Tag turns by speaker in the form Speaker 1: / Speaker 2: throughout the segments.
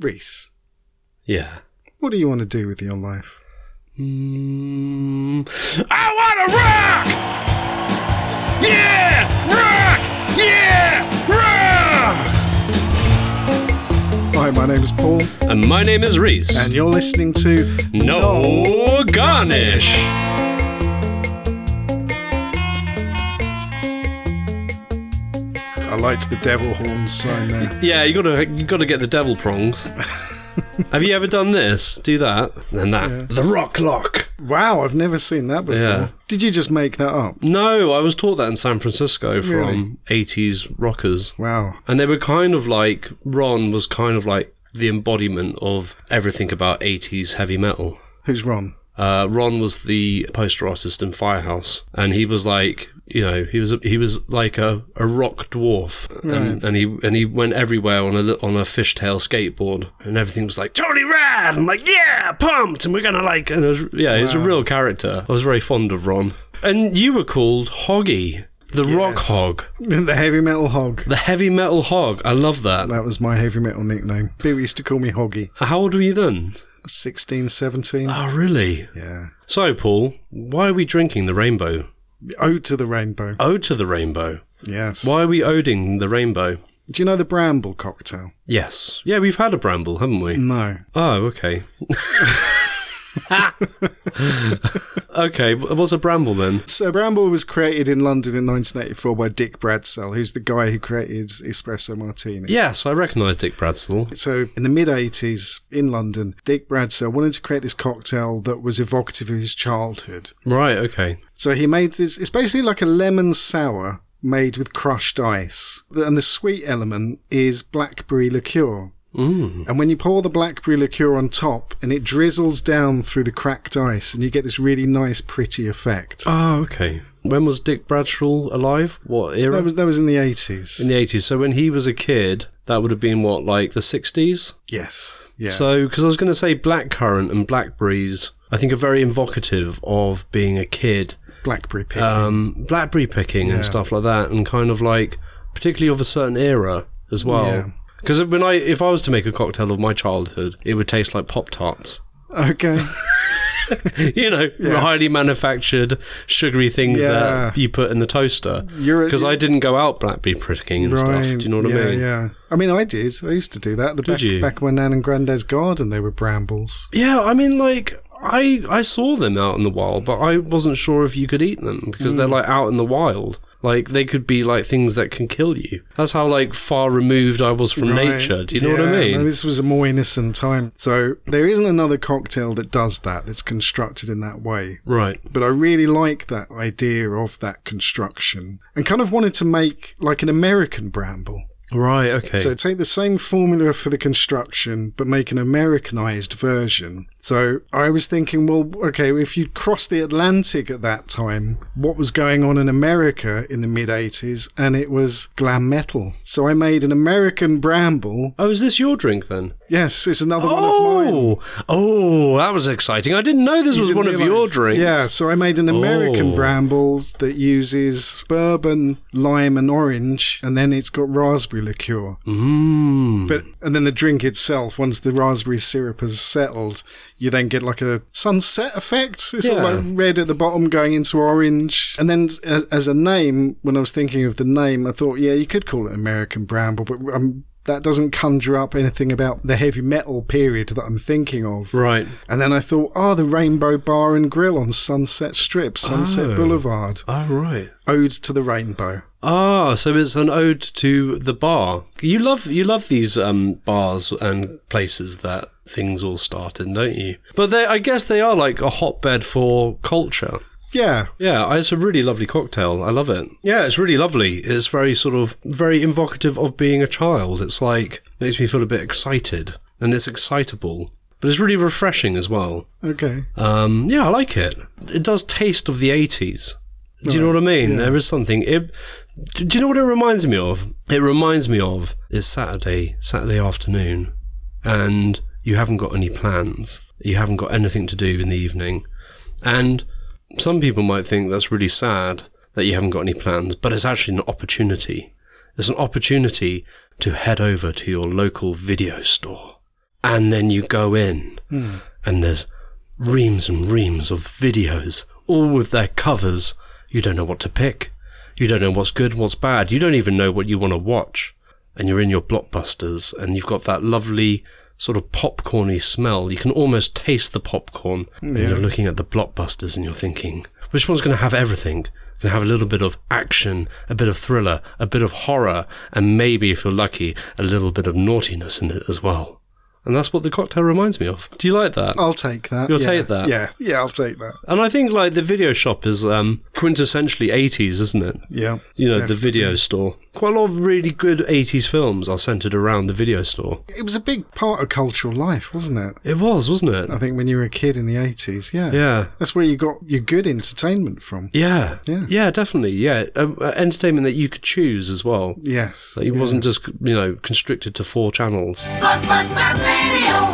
Speaker 1: Reese,
Speaker 2: Yeah.
Speaker 1: what do you want to do with your life?
Speaker 2: Mm, I want to rock! Yeah! Rock! Yeah! Rock!
Speaker 1: Hi, my name's Paul,
Speaker 2: And my name is Reese.
Speaker 1: and you're listening to
Speaker 2: no garnish.
Speaker 1: I liked the devil horn sign there.
Speaker 2: Yeah, you gotta you gotta get the devil prongs. Have you ever done this? Do that, then that. The rock lock.
Speaker 1: Wow, I've never seen that before.
Speaker 2: Yeah.
Speaker 1: Did you just make that up?
Speaker 2: No, I was taught that in San Francisco
Speaker 1: Really?
Speaker 2: from eighties rockers.
Speaker 1: Wow.
Speaker 2: And they were kind of like Ron was kind of like the embodiment of everything about eighties heavy metal.
Speaker 1: Who's Ron?
Speaker 2: Uh, Ron was the poster artist in Firehouse, and he was like, you know, he was a, he was like a, a rock dwarf, and, and he and he went everywhere on a li- on a fishtail skateboard, and everything was like totally rad, and like yeah, pumped, and we're gonna like, and it was, yeah, he was a real character. I was very fond of Ron, and you were called Hoggy, the rock
Speaker 1: Yes.
Speaker 2: hog,
Speaker 1: the heavy metal hog.
Speaker 2: the heavy metal hog. I love that.
Speaker 1: That was my heavy metal nickname. People used to call me Hoggy.
Speaker 2: How old were you then?
Speaker 1: 16, 17.
Speaker 2: Oh, really?
Speaker 1: Yeah.
Speaker 2: So, Paul, why are we drinking the rainbow?
Speaker 1: Ode to the Rainbow.
Speaker 2: Ode to the rainbow.
Speaker 1: Yes.
Speaker 2: Why are we oding the rainbow?
Speaker 1: Do you know the Bramble cocktail?
Speaker 2: Yes. Yeah, we've had a bramble, haven't we?
Speaker 1: No.
Speaker 2: Oh, okay. okay, wh- what's a bramble then?
Speaker 1: So Bramble was created in London in 1984 by Dick Bradsell, who's the guy who created espresso martini.
Speaker 2: Yes, I recognise Dick Bradsell.
Speaker 1: So in the mid 80s in London, Dick Bradsell wanted to create this cocktail that was evocative of his childhood.
Speaker 2: Right, okay.
Speaker 1: So he made this. It's basically like a lemon sour made with crushed ice, and the sweet element is blackberry liqueur. Mm. And when you pour the blackberry liqueur on top, and it drizzles down through the cracked ice, and you get this really nice, pretty effect.
Speaker 2: Ah, okay. When was Dick Bradshaw alive? What era?
Speaker 1: That was that was in the eighties.
Speaker 2: in the 80s. So when he was a kid, that would have been what, like the 60s?
Speaker 1: Yes. Yeah.
Speaker 2: So, because I was going to say blackcurrant and blackberries, I think are very evocative of being a kid
Speaker 1: blackberry picking.
Speaker 2: um, blackberry picking and stuff like that, and kind of like particularly of a certain era as
Speaker 1: Yeah.
Speaker 2: well. Because when I, if I was to make a cocktail of my childhood, it would taste like pop tarts.
Speaker 1: okay.
Speaker 2: you know, highly manufactured sugary things
Speaker 1: Yeah.
Speaker 2: that you put in the toaster.
Speaker 1: You're a-
Speaker 2: Because I didn't go out blackberry picking and stuff. Do you know what
Speaker 1: yeah,
Speaker 2: I mean?
Speaker 1: Yeah. I mean, I did. I used to do that. The back,
Speaker 2: you?
Speaker 1: back of my nan and granddad's garden, they were brambles.
Speaker 2: Yeah, I mean, like I I saw them out in the wild, but I wasn't sure if you could eat them because
Speaker 1: Hmm.
Speaker 2: they're like out in the wild. Like they could be like things that can kill you. That's how like far removed I was from
Speaker 1: Right.
Speaker 2: nature. Do you know what
Speaker 1: Yeah,
Speaker 2: I mean?
Speaker 1: no, this was a more innocent time. So there isn't another cocktail that does that, that's constructed in that way.
Speaker 2: right.
Speaker 1: But I really like that idea of that construction and kind of wanted to make like an American bramble.
Speaker 2: Right. Okay.
Speaker 1: So take the same formula for the construction, but make an Americanized version. So I was thinking, well, okay, if you cross the Atlantic at that time, what was going on in America in the mid 80s? And it was glam metal. So I made an American bramble
Speaker 2: oh, is this your drink then?
Speaker 1: Yes, it's another one of mine.
Speaker 2: Oh, oh, that was exciting. I didn't know this was
Speaker 1: Didn't
Speaker 2: one of your
Speaker 1: realise.
Speaker 2: drinks.
Speaker 1: Yeah, so I made an American
Speaker 2: Oh.
Speaker 1: Brambles that uses bourbon, lime, and orange, and then it's got raspberry liqueur.
Speaker 2: Mm.
Speaker 1: But and then the drink itself, once the raspberry syrup has settled, you then get like a sunset effect. It's all
Speaker 2: Yeah.
Speaker 1: like red at the bottom going into orange. And then a- as a name, when I was thinking of the name, I thought, yeah, you could call it American Bramble, but um, that doesn't conjure up anything about the heavy metal period that I'm thinking of.
Speaker 2: Right.
Speaker 1: And then I thought, oh, the Rainbow Bar and Grill on Sunset Strip, Sunset
Speaker 2: Oh.
Speaker 1: Boulevard,
Speaker 2: Oh, right.
Speaker 1: Ode to the Rainbow.
Speaker 2: Ah, so it's an ode to the bar. You love you love these um, bars and places that things all start in, don't you? But they, I guess they are like a hotbed for culture.
Speaker 1: Yeah,
Speaker 2: Yeah, it's a really lovely cocktail. I love it. Yeah, it's really lovely. It's very sort of very evocative of being a child. It's like makes me feel a bit excited, and it's excitable, but it's really refreshing as well.
Speaker 1: okay.
Speaker 2: Um, yeah, I like it. It does taste of the 80s. Do you know what I mean? There is something. It, do do you know what it reminds me of? It reminds me of it's Saturday, Saturday afternoon, and you haven't got any plans. You haven't got anything to do in the evening. And some people might think that's really sad that you haven't got any plans, but it's actually an opportunity. It's an opportunity to head over to your local video store and then you go in and there's reams and reams of videos, all with their covers. You don't know what to pick. You don't know what's good, what's bad. You don't even know what you want to watch. And you're in your blockbusters and you've got that lovely sort of popcorny smell. You can almost taste the popcorn. And you're looking at the blockbusters and you're thinking, which one's going to have everything? Going to have a little bit of action, a bit of thriller, a bit of horror, and maybe, if you're lucky, a little bit of naughtiness in it as well. And that's what the cocktail reminds me of. Do you like that?
Speaker 1: I'll take that.
Speaker 2: You'll
Speaker 1: yeah.
Speaker 2: take that?
Speaker 1: Yeah, yeah, I'll take that.
Speaker 2: And I think like the video shop is um, quintessentially 80s, isn't it?
Speaker 1: Yeah,
Speaker 2: You know,
Speaker 1: Definitely.
Speaker 2: the video store. Quite a lot of really good 80s films are centered around the video store.
Speaker 1: it was a big part of cultural life, wasn't it?
Speaker 2: It was, wasn't it?
Speaker 1: I think when you were a kid in the eighties, yeah,
Speaker 2: Yeah.
Speaker 1: that's where you got your good entertainment from.
Speaker 2: Yeah.
Speaker 1: Yeah.
Speaker 2: definitely. Yeah. Um, uh, entertainment that you could choose as well.
Speaker 1: Yes,
Speaker 2: That it wasn't just, you know, constricted to four channels.
Speaker 3: Blockbuster Radio.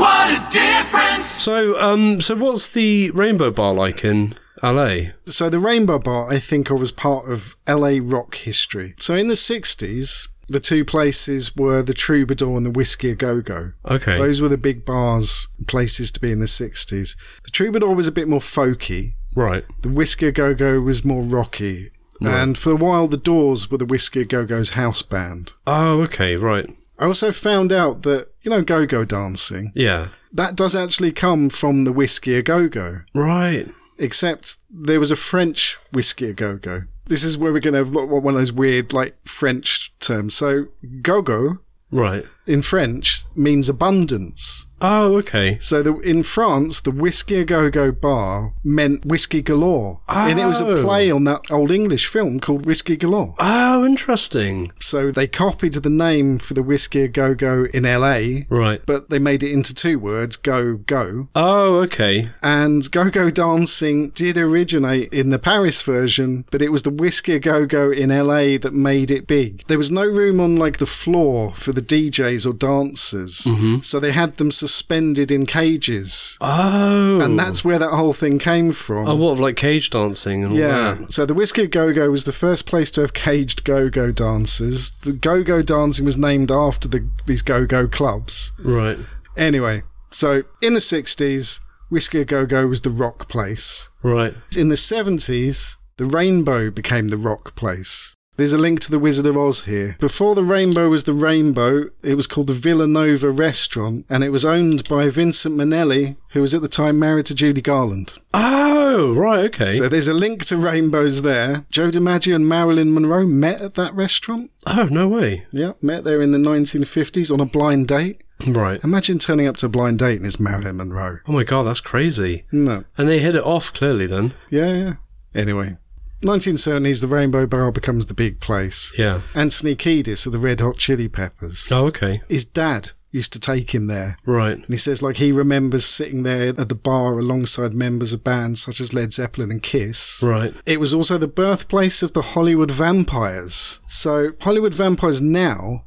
Speaker 3: What a difference!
Speaker 2: So, um, so what's the Rainbow Bar like in LA?
Speaker 1: So the Rainbow Bar, I think, of as part of LA rock history. So in the sixties, the two places were the Troubadour and the Whiskey A Go Go.
Speaker 2: Okay.
Speaker 1: Those were the big bars, places to be in the sixties. The Troubadour was a bit more folky.
Speaker 2: right.
Speaker 1: The Whiskey A Go Go was more rocky. And for a while, the Doors were the Whiskey A Go Go's house band.
Speaker 2: Oh, okay. Right.
Speaker 1: I also found out that, you know, go go dancing,
Speaker 2: Yeah.
Speaker 1: that does actually come from the whiskey a go go,
Speaker 2: Right.
Speaker 1: except there was a French whiskey a go go. This is where we're going to have lo- one of those weird, like, French terms. So, go go
Speaker 2: Right.
Speaker 1: in French means abundance.
Speaker 2: Oh, okay.
Speaker 1: So, the, in France, the whiskey a go go bar meant whiskey galore. And it was a
Speaker 2: Oh.
Speaker 1: play on that old English film called Whiskey Galore.
Speaker 2: Oh, interesting.
Speaker 1: So, they copied the name for the whiskey a go go in LA
Speaker 2: Right.
Speaker 1: but they made it into two words go go
Speaker 2: Oh, okay.
Speaker 1: and go go dancing did originate in the paris version but it was the whiskey go go in la that made it big there was no room on like the floor for the djs or dancers so they had them suspended in cages
Speaker 2: Oh.
Speaker 1: and that's where that whole thing came from
Speaker 2: Oh, what of like cage dancing and all
Speaker 1: yeah.
Speaker 2: that?
Speaker 1: So the Whiskey Go Go was the first place to have caged go go dancers. The go go dancing was named after the, these go go clubs.
Speaker 2: Right.
Speaker 1: Anyway, so in the 60s, Whiskey A Go Go was the rock place.
Speaker 2: Right.
Speaker 1: In the 70s, the rainbow became the rock place. There's a link to The Wizard of Oz here. Before the Rainbow was the Rainbow, it was called the Villanova Restaurant, and it was owned by Vincent Minnelli, who was at the time married to Judy Garland.
Speaker 2: Oh, right. Okay.
Speaker 1: So there's a link to rainbows there. Joe DiMaggio and Marilyn Monroe met at that restaurant.
Speaker 2: oh, no way.
Speaker 1: Yeah, met there in the 1950s on a blind date.
Speaker 2: Right.
Speaker 1: Imagine turning up to a blind date and it's Marilyn Monroe.
Speaker 2: Oh my god, that's crazy.
Speaker 1: No.
Speaker 2: And they hit it off clearly then.
Speaker 1: Yeah, yeah. Anyway, 1970s, the Rainbow Bar becomes the big place.
Speaker 2: Yeah.
Speaker 1: Anthony Kiedis of the Red Hot Chili Peppers.
Speaker 2: Oh, okay.
Speaker 1: His dad used to take him there.
Speaker 2: Right.
Speaker 1: And he says, like, he remembers sitting there at the bar alongside members of bands such as Led Zeppelin and Kiss.
Speaker 2: Right.
Speaker 1: It was also the birthplace of the Hollywood Vampires. So, Hollywood Vampires now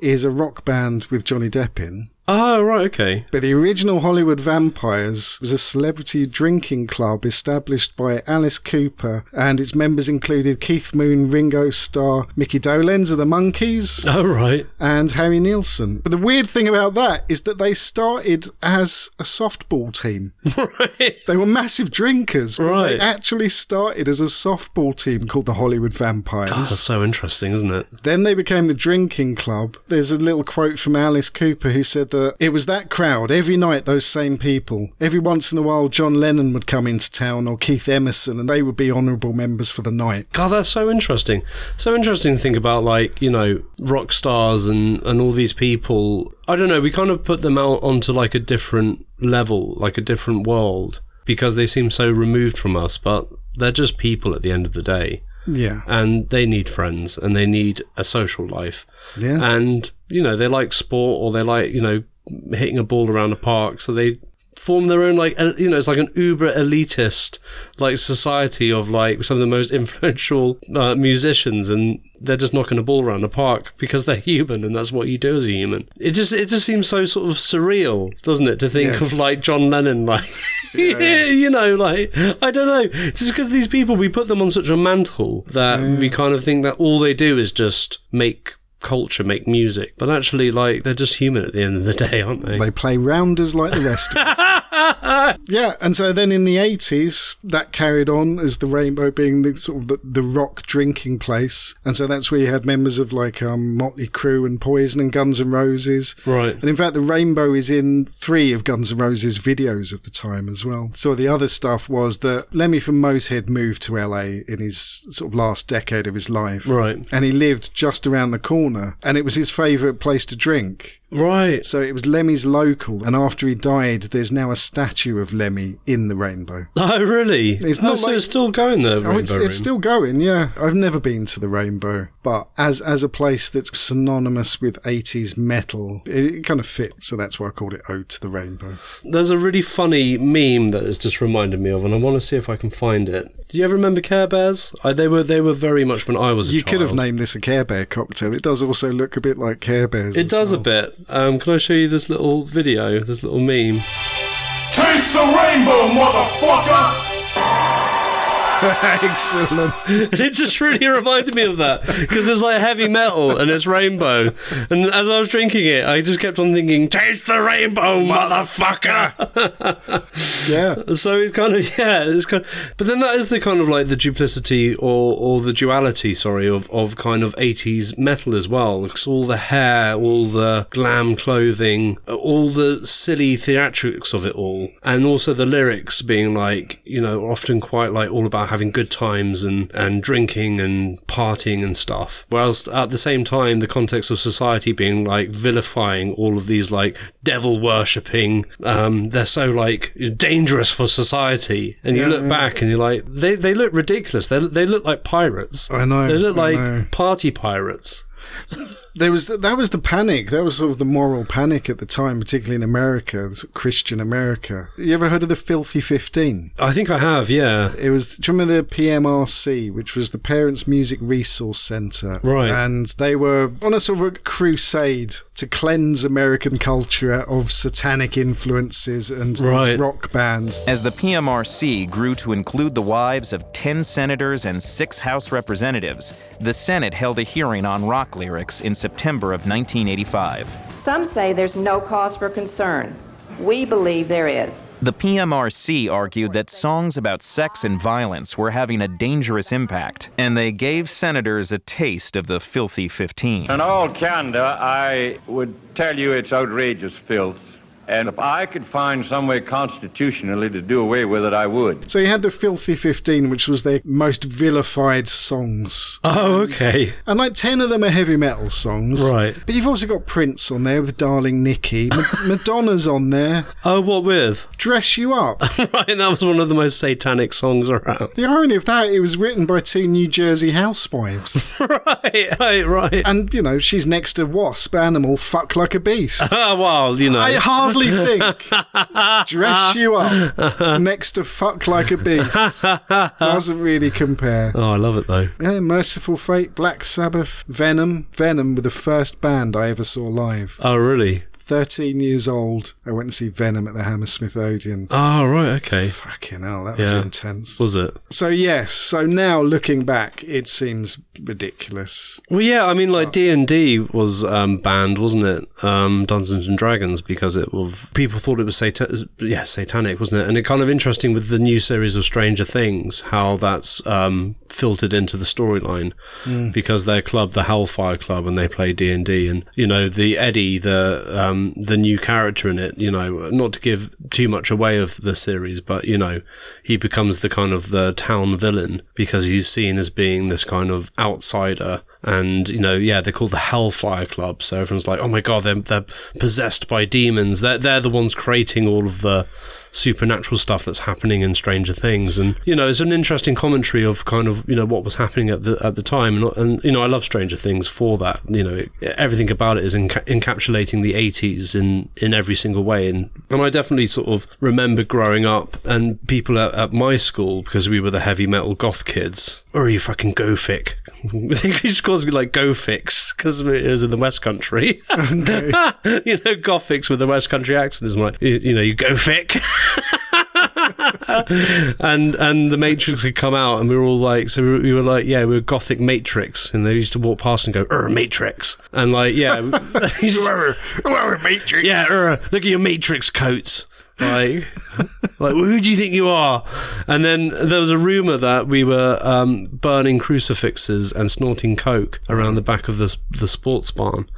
Speaker 1: is a rock band with Johnny Depp in.
Speaker 2: Oh, right. Okay.
Speaker 1: But the original Hollywood Vampires was a celebrity drinking club established by Alice Cooper, and its members included Keith Moon, Ringo Starr, Mickey Dolenz of the Monkees,
Speaker 2: Oh, right.
Speaker 1: and Harry Nilsson. But the weird thing about that is that they started as a softball team.
Speaker 2: right.
Speaker 1: They were massive drinkers, but
Speaker 2: Right.
Speaker 1: they actually started as a softball team called the Hollywood Vampires.
Speaker 2: That's so interesting, isn't it?
Speaker 1: Then they became the drinking club. There's a little quote from Alice Cooper who said that it was that crowd, every night, those same people. Every once in a while, John Lennon would come into town or Keith Emerson, and they would be honourable members for the night.
Speaker 2: God, that's so interesting. So interesting to think about, like, you know, rock stars and, and all these people. I don't know, we kind of put them out onto like a different level, like a different world, because they seem so removed from us, but they're just people at the end of the day.
Speaker 1: Yeah.
Speaker 2: And they need friends and they need a social life.
Speaker 1: Yeah.
Speaker 2: And, you know, they like sport or they like, you know, hitting a ball around a park. So they form their own, like, el- you know, it's like an uber elitist, like, society of, like, some of the most influential uh, musicians. And they're just knocking a ball around a park because they're human and that's what you do as a human. It just, it just seems so sort of surreal, doesn't it? To think of,
Speaker 1: Yes.
Speaker 2: like, John Lennon, like, you know, like, I don't know. Just because these people, we put them on such a mantle that we kind of think that all they do is just make culture make music, but actually, like, they're just human at the end of the day, aren't they?
Speaker 1: They play rounders like the rest of us. yeah, and so then in the 80s, that carried on as the Rainbow being the sort of the, the rock drinking place. And so that's where you had members of like um, Motley Crue and Poison and Guns N' Roses.
Speaker 2: Right.
Speaker 1: And in fact, the Rainbow is in three of Guns N' Roses' videos of the time as well. So the other stuff was that Lemmy from Motorhead moved to LA in his sort of last decade of his life.
Speaker 2: Right.
Speaker 1: And he lived just around the corner, and it was his favourite place to drink.
Speaker 2: Right.
Speaker 1: So it was Lemmy's local, and after he died, there's now a statue of Lemmy in the Rainbow.
Speaker 2: Oh, really?
Speaker 1: It's
Speaker 2: oh,
Speaker 1: not
Speaker 2: so
Speaker 1: like-
Speaker 2: it's still going there, Rainbow
Speaker 1: Oh, it's,
Speaker 2: Room.
Speaker 1: it's still going, yeah. I've never been to the Rainbow, but as as a place that's synonymous with 80s metal, it, it kind of fits. So that's why I called it Ode to the Rainbow.
Speaker 2: There's a really funny meme that has just reminded me of, and I want to see if I can find it. Do you ever remember Care Bears? I, they were they were very much when I was a
Speaker 1: You
Speaker 2: child.
Speaker 1: could have named this a Care Bear cocktail. It does also look a bit like Care Bears.
Speaker 2: It
Speaker 1: as
Speaker 2: does a
Speaker 1: well.
Speaker 2: bit. Um, can I show you this little video, this little meme?
Speaker 4: Taste the rainbow, motherfucker!
Speaker 1: Excellent.
Speaker 2: And it just really reminded me of that because it's like heavy metal and it's rainbow. And as I was drinking it, I just kept on thinking, "Taste the rainbow, motherfucker."
Speaker 1: Yeah.
Speaker 2: So it's kind of yeah, it's kind. but then that is the kind of like the duplicity or or the duality, sorry, of of kind of eighties metal as well. It's all the hair, all the glam clothing, all the silly theatrics of it all, and also the lyrics being like you know often quite like all about having good times and and drinking and partying and stuff. Whereas at the same time, the context of society being like vilifying all of these like devil worshipping. Um, they're so like dangerous for society, and you look back and you're like, they they look ridiculous. They they look like pirates.
Speaker 1: I know,
Speaker 2: They look
Speaker 1: I
Speaker 2: like
Speaker 1: know.
Speaker 2: party pirates.
Speaker 1: There was that was the panic. That was sort of the moral panic at the time, particularly in America, the sort of Christian America. You ever heard of the Filthy Fifteen?
Speaker 2: I think I have. Yeah.
Speaker 1: It was. Do you remember the PMRC, which was the Parents Music Resource Centre?
Speaker 2: Right.
Speaker 1: And they were on a sort of a crusade to cleanse American culture of satanic influences and these
Speaker 2: Right.
Speaker 1: rock bands.
Speaker 5: As the PMRC grew to include the wives of 10 senators and 6 House representatives, the Senate held a hearing on rock lyrics in September of 1985.
Speaker 6: Some say there's no cause for concern. We believe there is.
Speaker 5: The PMRC argued that songs about sex and violence were having a dangerous impact, and they gave senators a taste of the filthy 15.
Speaker 7: In all candor, I would tell you it's outrageous filth. And if I could find some way constitutionally to do away with it, I would.
Speaker 1: So you had the Filthy Fifteen, which was their most vilified songs.
Speaker 2: Oh, okay.
Speaker 1: And like 10 of them are heavy metal songs.
Speaker 2: Right.
Speaker 1: But you've also got Prince on there with Darling Nikki. Ma- Madonna's on there.
Speaker 2: Oh, what with?
Speaker 1: Dress You Up.
Speaker 2: right, that was one of the most satanic songs around.
Speaker 1: The irony of that, it was written by two New Jersey housewives.
Speaker 2: right, right, right.
Speaker 1: and, you know, she's next to Wasp, Animal, Fuck Like a Beast.
Speaker 2: Ah, well, you know.
Speaker 1: I hardly think Dress You Up next to Fuck Like a Beast doesn't really compare.
Speaker 2: oh, I love it though.
Speaker 1: Yeah, Merciful Fate, Black Sabbath, Venom. Venom were the first band I ever saw live.
Speaker 2: Oh, really?
Speaker 1: 13 years old, I went and see Venom at the Hammersmith Odeon.
Speaker 2: Oh, right, okay.
Speaker 1: Fucking hell, that was
Speaker 2: Yeah.
Speaker 1: intense.
Speaker 2: Was it?
Speaker 1: So, yes, so now looking back, it seems ridiculous.
Speaker 2: Well, yeah, I mean, like D and D was um, banned, wasn't it? Um, Dungeons and Dragons because it was people thought it was satan- yeah, satanic, wasn't it? And it kind of interesting with the new series of Stranger Things how that's um, filtered into the storyline because their club, the Hellfire Club, and they play D and D, and you know the Eddie, the um, the new character in it, you know, not to give too much away of the series, but you know, he becomes the kind of the town villain because he's seen as being this kind of outsider and you know, yeah, they're called the Hellfire Club. So everyone's like, "Oh my god, they're they're possessed by demons. They're they're the ones creating all of the supernatural stuff that's happening in Stranger Things." And you know, it's an interesting commentary of kind of you know what was happening at the at the time. And, and you know, I love Stranger Things for that. You know, it, everything about it is enca- encapsulating the '80s in in every single way. And and I definitely sort of remember growing up and people at, at my school because we were the heavy metal goth kids. Or are you fucking gothic? I think it's called like Go Fix because it was in the West Country. you know, Gothics with the West Country accent is like, you, you know, you go fic. and and the Matrix had come out, and we were all like, so we were, we were like, yeah, we were Gothic Matrix, and they used to walk past and go, "Er, Matrix," and like, yeah,
Speaker 1: Whoever, whoever Matrix.
Speaker 2: yeah, er, look at your Matrix coats. Like, like, who do you think you are? And then there was a rumor that we were um, burning crucifixes and snorting coke around the back of the s- the sports barn.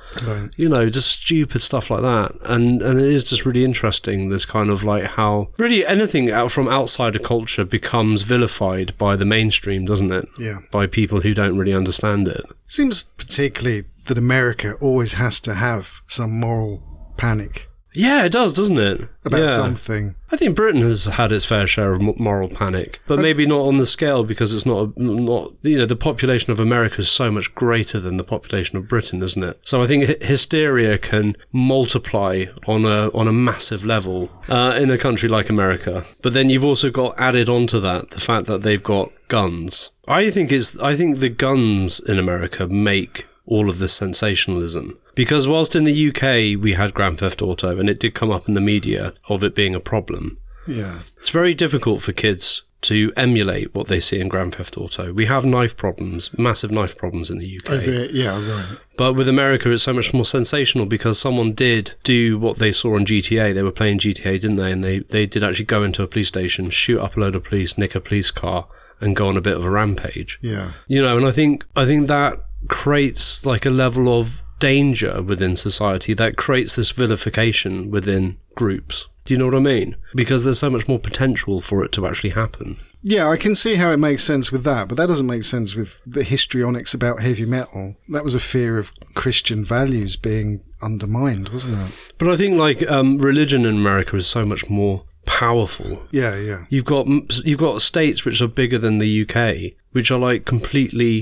Speaker 2: You know, just stupid stuff like that. And and it is just really interesting. This kind of like how really anything out from outside of culture becomes vilified by the mainstream, doesn't it?
Speaker 1: Yeah.
Speaker 2: By people who don't really understand it.
Speaker 1: Seems particularly that America always has to have some moral panic
Speaker 2: Yeah, it does, doesn't it?
Speaker 1: about
Speaker 2: yeah.
Speaker 1: something.
Speaker 2: I think Britain has had its fair share of m- moral panic, but maybe not on the scale because it's not a, not you know the population of America is so much greater than the population of Britain, isn't it? So I think hy- hysteria can multiply on a on a massive level uh, in a country like America. But then you've also got added onto that the fact that they've got guns. I think it's I think the guns in America make all of this sensationalism. Because whilst in the UK we had Grand Theft Auto and it did come up in the media of it being a problem,
Speaker 1: Yeah.
Speaker 2: it's very difficult for kids to emulate what they see in Grand Theft Auto. We have knife problems, massive knife problems in the UK.
Speaker 1: Yeah, yeah, right.
Speaker 2: But with America, it's so much more sensational because someone did do what they saw on GTA. They were playing GTA, didn't they? And they, they did actually go into a police station, shoot up a load of police, nick a police car, and go on a bit of a rampage
Speaker 1: Yeah.
Speaker 2: you know and i think i think that creates like a level of danger within society that creates this vilification within groups do you know what i mean because there's so much more potential for it to actually happen
Speaker 1: Yeah, I can see how it makes sense with that, but that doesn't make sense with the histrionics about heavy metal. That was a fear of Christian values being undermined, wasn't it?
Speaker 2: but i think like um, religion in america is so much more powerful
Speaker 1: Yeah, yeah.
Speaker 2: you've got you've got states which are bigger than the UK, which are like completely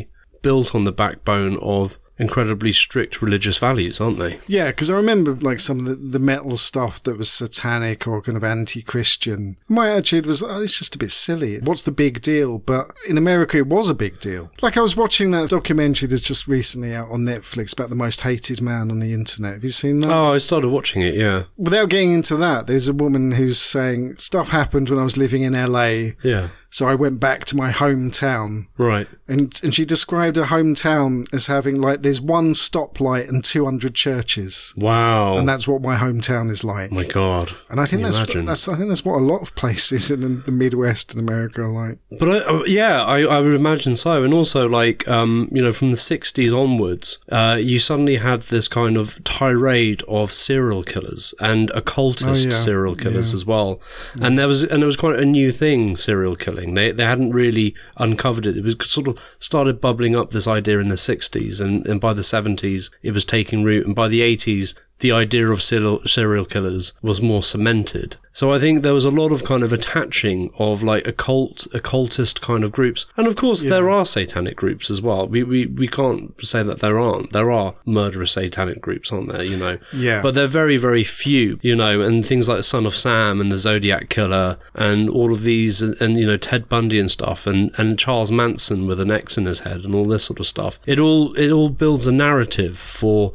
Speaker 2: built on the backbone of incredibly strict religious values, aren't they?
Speaker 1: Yeah, because I remember like some of the, the metal stuff that was satanic or kind of anti-Christian. My attitude was, oh, it's just a bit silly. What's the big deal? But in America, it was a big deal. Like I was watching that documentary that's just recently out on Netflix about the most hated man on the internet. Have you seen that?
Speaker 2: Oh, I started watching it. Yeah,
Speaker 1: Without getting into that, there's a woman who's saying stuff happened when I was living in LA.
Speaker 2: yeah,
Speaker 1: So I went back to my hometown
Speaker 2: right.
Speaker 1: and, and she described her hometown as having like there's one stoplight and 200 churches.
Speaker 2: Wow.
Speaker 1: And that's what my hometown is like.
Speaker 2: My God.
Speaker 1: and I think
Speaker 2: Oh. Can you
Speaker 1: that's,
Speaker 2: imagine?
Speaker 1: that's I think that's what a lot of places in the Midwest in America are like.
Speaker 2: But I, uh, yeah, I, I would imagine so. And also, like, um, you know, from the 60s onwards, uh, you suddenly had this kind of tirade of serial killers and occultist
Speaker 1: Oh, yeah.
Speaker 2: serial killers as well. And there was and there was quite a new thing, serial killing. They, they hadn't really uncovered it. It was sort of started bubbling up this idea in the 60s. And, and by the 70s, it was taking root. And by the 80s, the idea of serial, serial killers was more cemented. So I think there was a lot of kind of attaching of like occult, occultist kind of groups. And of course, there are satanic groups as well. We, we, we can't say that there aren't. There are murderous satanic groups, aren't there? You know?
Speaker 1: Yeah.
Speaker 2: But they're very, very few, you know, and things like Son of Sam and the Zodiac Killer and all of these, and, and you know, Ted Bundy and stuff, and, and Charles Manson with an X in his head and all this sort of stuff. It all, it all builds a narrative for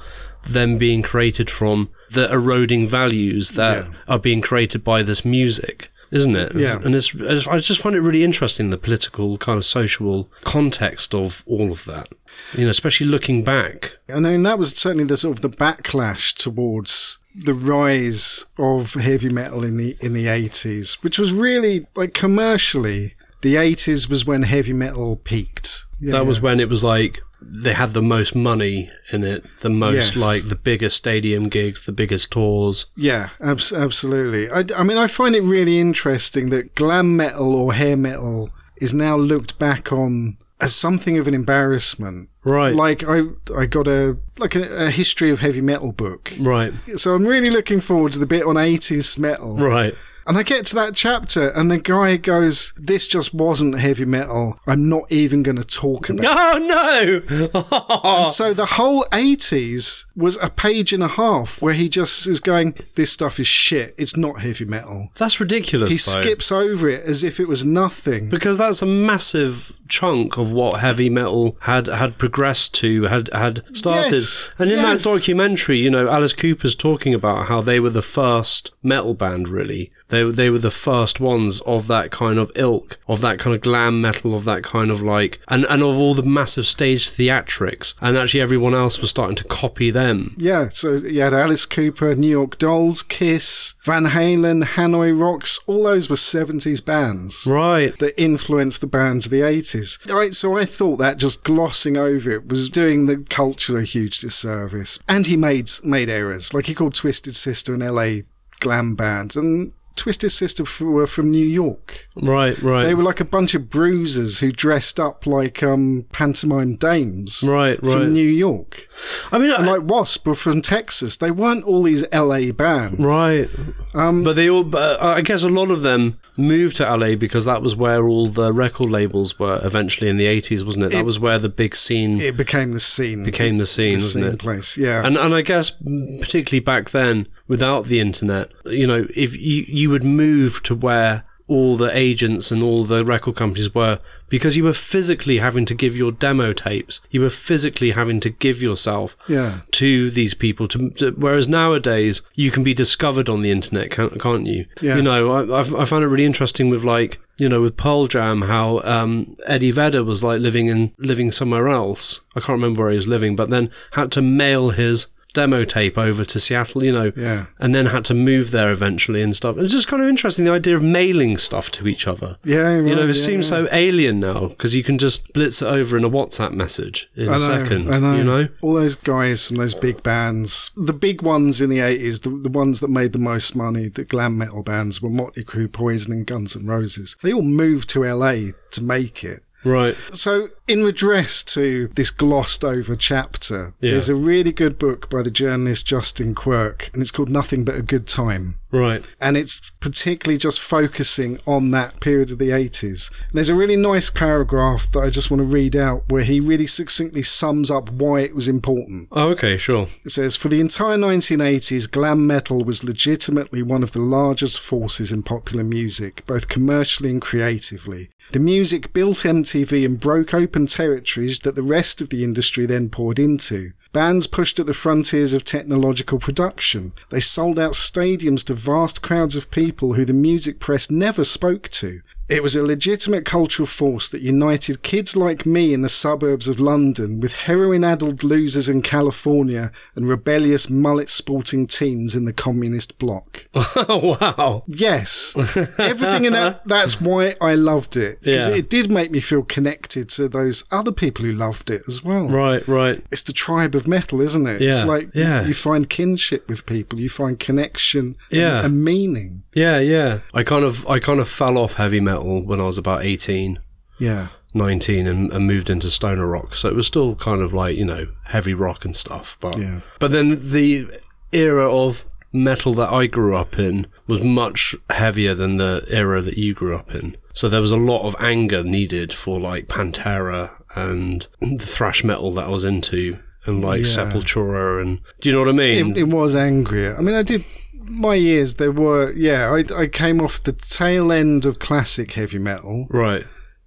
Speaker 2: them being created from the eroding values that are being created by this music. Isn't it?
Speaker 1: Yeah.
Speaker 2: And it's, it's- I just find it really interesting the political kind of social context of all of that. You know, especially looking back.
Speaker 1: And I mean that was certainly the sort of the backlash towards the rise of heavy metal in the in the eighties, which was really like commercially, the eighties was when heavy metal peaked. Yeah,
Speaker 2: that was when it was like they had the most money in it, the most
Speaker 1: Yes.
Speaker 2: like the biggest stadium gigs, the biggest tours.
Speaker 1: Yeah, abs- absolutely. I, I mean, I find it really interesting that glam metal or hair metal is now looked back on as something of an embarrassment.
Speaker 2: Right.
Speaker 1: Like I, I got a like a, a history of heavy metal book.
Speaker 2: Right.
Speaker 1: So I'm really looking forward to the bit on 80s metal.
Speaker 2: Right.
Speaker 1: And I get to that chapter, and the guy goes, "This just wasn't heavy metal. I'm not even going to talk about." it."
Speaker 2: Oh no.
Speaker 1: So the whole 80s was a page and a half where he just is going, This stuff is shit. It's not heavy metal.
Speaker 2: That's ridiculous.
Speaker 1: He
Speaker 2: though.
Speaker 1: skips over it as if it was nothing.
Speaker 2: because that's a massive chunk of what heavy metal had had progressed to had had started.
Speaker 1: Yes,
Speaker 2: and in
Speaker 1: yes.
Speaker 2: that documentary, you know, Alice Cooper's talking about how they were the first metal band. Really, they were- they were the first ones of that kind of ilk, of that kind of glam metal, of that kind of like, and and of all the massive stage theatrics. And actually, everyone else was starting to copy them.
Speaker 1: Yeah, so you had Alice Cooper, New York Dolls, Kiss, Van Halen, Hanoi Rocks, all those were 70s bands.
Speaker 2: Right.
Speaker 1: That influenced the bands of the 80s. Right, so I thought that just glossing over it was doing the culture a huge disservice. And he made made errors. Like he called Twisted Sister an LA glam band, and Twisted Sister f- were from New York.
Speaker 2: Right. Right.
Speaker 1: They were like a bunch of bruisers who dressed up like um, pantomime dames
Speaker 2: Right, right.
Speaker 1: from New York.
Speaker 2: I mean, I-
Speaker 1: And like Wasp were from Texas. They weren't all these LA bands.
Speaker 2: Right.
Speaker 1: Um,
Speaker 2: but they all, but uh, I guess a lot of them moved to LA because that was where all the record labels were eventually in the 80s, wasn't it? That was where the big scene
Speaker 1: It became the scene.
Speaker 2: became the scene,
Speaker 1: the
Speaker 2: wasn't
Speaker 1: scene
Speaker 2: it?
Speaker 1: place. Yeah.
Speaker 2: And and I guess mm, particularly back then, without the internet, you know, if you you would move to where all the agents and all the record companies were because you were physically having to give your demo tapes. You were physically having to give yourself
Speaker 1: Yeah.
Speaker 2: to these people. To, to- whereas nowadays you can be discovered on the internet, can't, can't you?
Speaker 1: Yeah.
Speaker 2: You know, I, I've, I found it really interesting with like you know with Pearl Jam how um, Eddie Vedder was like living in living somewhere else. I can't remember where he was living, but then had to mail his demo tape over to Seattle. You know,
Speaker 1: Yeah.
Speaker 2: and then had to move there eventually and stuff. It's just kind of interesting the idea of mailing stuff to each other.
Speaker 1: Yeah,
Speaker 2: you know,
Speaker 1: right,
Speaker 2: it
Speaker 1: yeah,
Speaker 2: seems
Speaker 1: yeah.
Speaker 2: so alien now because you can just blitz it over in a WhatsApp message in a second. You know.
Speaker 1: all those guys from those big bands, the big ones in the eighties, the, the ones that made the most money, the glam metal bands were Motley Crue, Poison, and Guns N' Roses. They all moved to LA to make it.
Speaker 2: Right.
Speaker 1: So, in redress to this glossed over chapter,
Speaker 2: Yeah.
Speaker 1: there's a really good book by the journalist Justin Quirk, and it's called Nothing But a Good Time.
Speaker 2: Right.
Speaker 1: and it's particularly just focusing on that period of the 80s. And there's a really nice paragraph that I just want to read out where he really succinctly sums up why it was important.
Speaker 2: Oh, okay, sure.
Speaker 1: It says For the entire 1980s, glam metal was legitimately one of the largest forces in popular music, both commercially and creatively. The music built MTV and broke open territories that the rest of the industry then poured into. Bands pushed at the frontiers of technological production. They sold out stadiums to vast crowds of people who the music press never spoke to. It was a legitimate cultural force that united kids like me in the suburbs of London with heroin addled losers in California and rebellious mullet sporting teens in the communist bloc.
Speaker 2: oh, wow.
Speaker 1: Yes. Everything in that, that's why I loved it. Because
Speaker 2: Yeah.
Speaker 1: it did make me feel connected to those other people who loved it as well.
Speaker 2: Right, right.
Speaker 1: It's the tribe of metal, isn't it? It's
Speaker 2: Yeah,
Speaker 1: like you-
Speaker 2: yeah.
Speaker 1: you find kinship with people, you find connection and-
Speaker 2: Yeah.
Speaker 1: and meaning.
Speaker 2: Yeah, yeah. I kind of I kind of fell off heavy metal when I was about 18,
Speaker 1: Yeah.
Speaker 2: 19 and, and moved into stoner rock. So it was still kind of like, you know, heavy rock and stuff, but
Speaker 1: Yeah.
Speaker 2: but then the era of metal that I grew up in was much heavier than the era that you grew up in. So there was a lot of anger needed for like Pantera and the thrash metal that I was into and like Sepultura and do you know what I mean?
Speaker 1: it, it was angrier. I mean, I did my years. There were yeah. I I came off the tail end of classic heavy metal,
Speaker 2: right.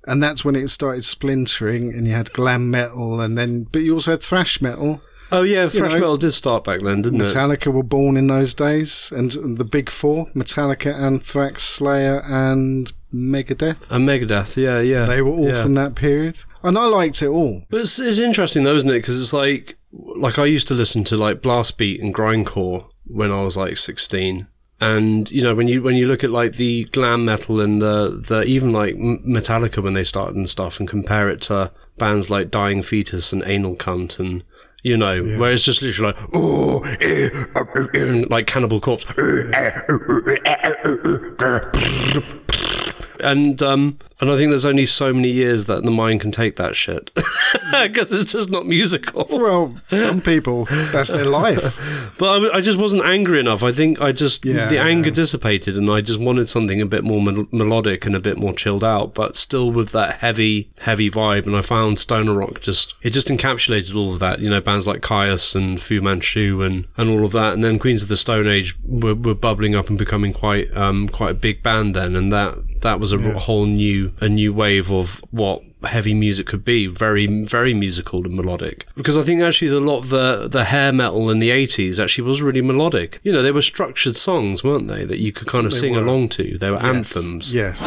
Speaker 1: and that's when it started splintering, and you had glam metal, and then but you also had thrash metal.
Speaker 2: Oh yeah, thrash
Speaker 1: know,
Speaker 2: metal did start back then, didn't it?
Speaker 1: Metallica were born in those days, and, and the big four: Metallica, Anthrax, Slayer, and Megadeth.
Speaker 2: And Megadeth, yeah, yeah.
Speaker 1: They were all
Speaker 2: yeah.
Speaker 1: from that period, and I liked it all.
Speaker 2: But it's, it's interesting though, isn't it? Because it's like, like I used to listen to like blast beat and grindcore when I was like sixteen, and you know when you when you look at like the glam metal and the the even like M- Metallica when they started and stuff, and compare it to bands like Dying Fetus and Anal Cunt and. You know, where it's just literally like, oh, eh, uh, uh, uh," and like Cannibal Corpse, "Eh, eh, uh, uh, eh, eh, uh, uh, grr." and um, and I think there's only so many years that the mind can take that shit because it's just not musical.
Speaker 1: Well, some people that's their life.
Speaker 2: But I, I just wasn't angry enough. I think I just
Speaker 1: Yeah.
Speaker 2: the anger dissipated, and I just wanted something a bit more mel- melodic and a bit more chilled out, but still with that heavy, heavy vibe. And I found stoner rock just it just encapsulated all of that. You know, bands like Caius and Fu Manchu and and all of that, and then Queens of the Stone Age were, were bubbling up and becoming quite um quite a big band then, and that That was a r- whole new a new wave of what heavy music could be, very very musical and melodic. Because I think actually the lot of the the hair metal in the 80s actually was really melodic. You know, they were structured songs, weren't they, that you could kind of sing
Speaker 1: were.
Speaker 2: along to. They were anthems.
Speaker 1: Yes.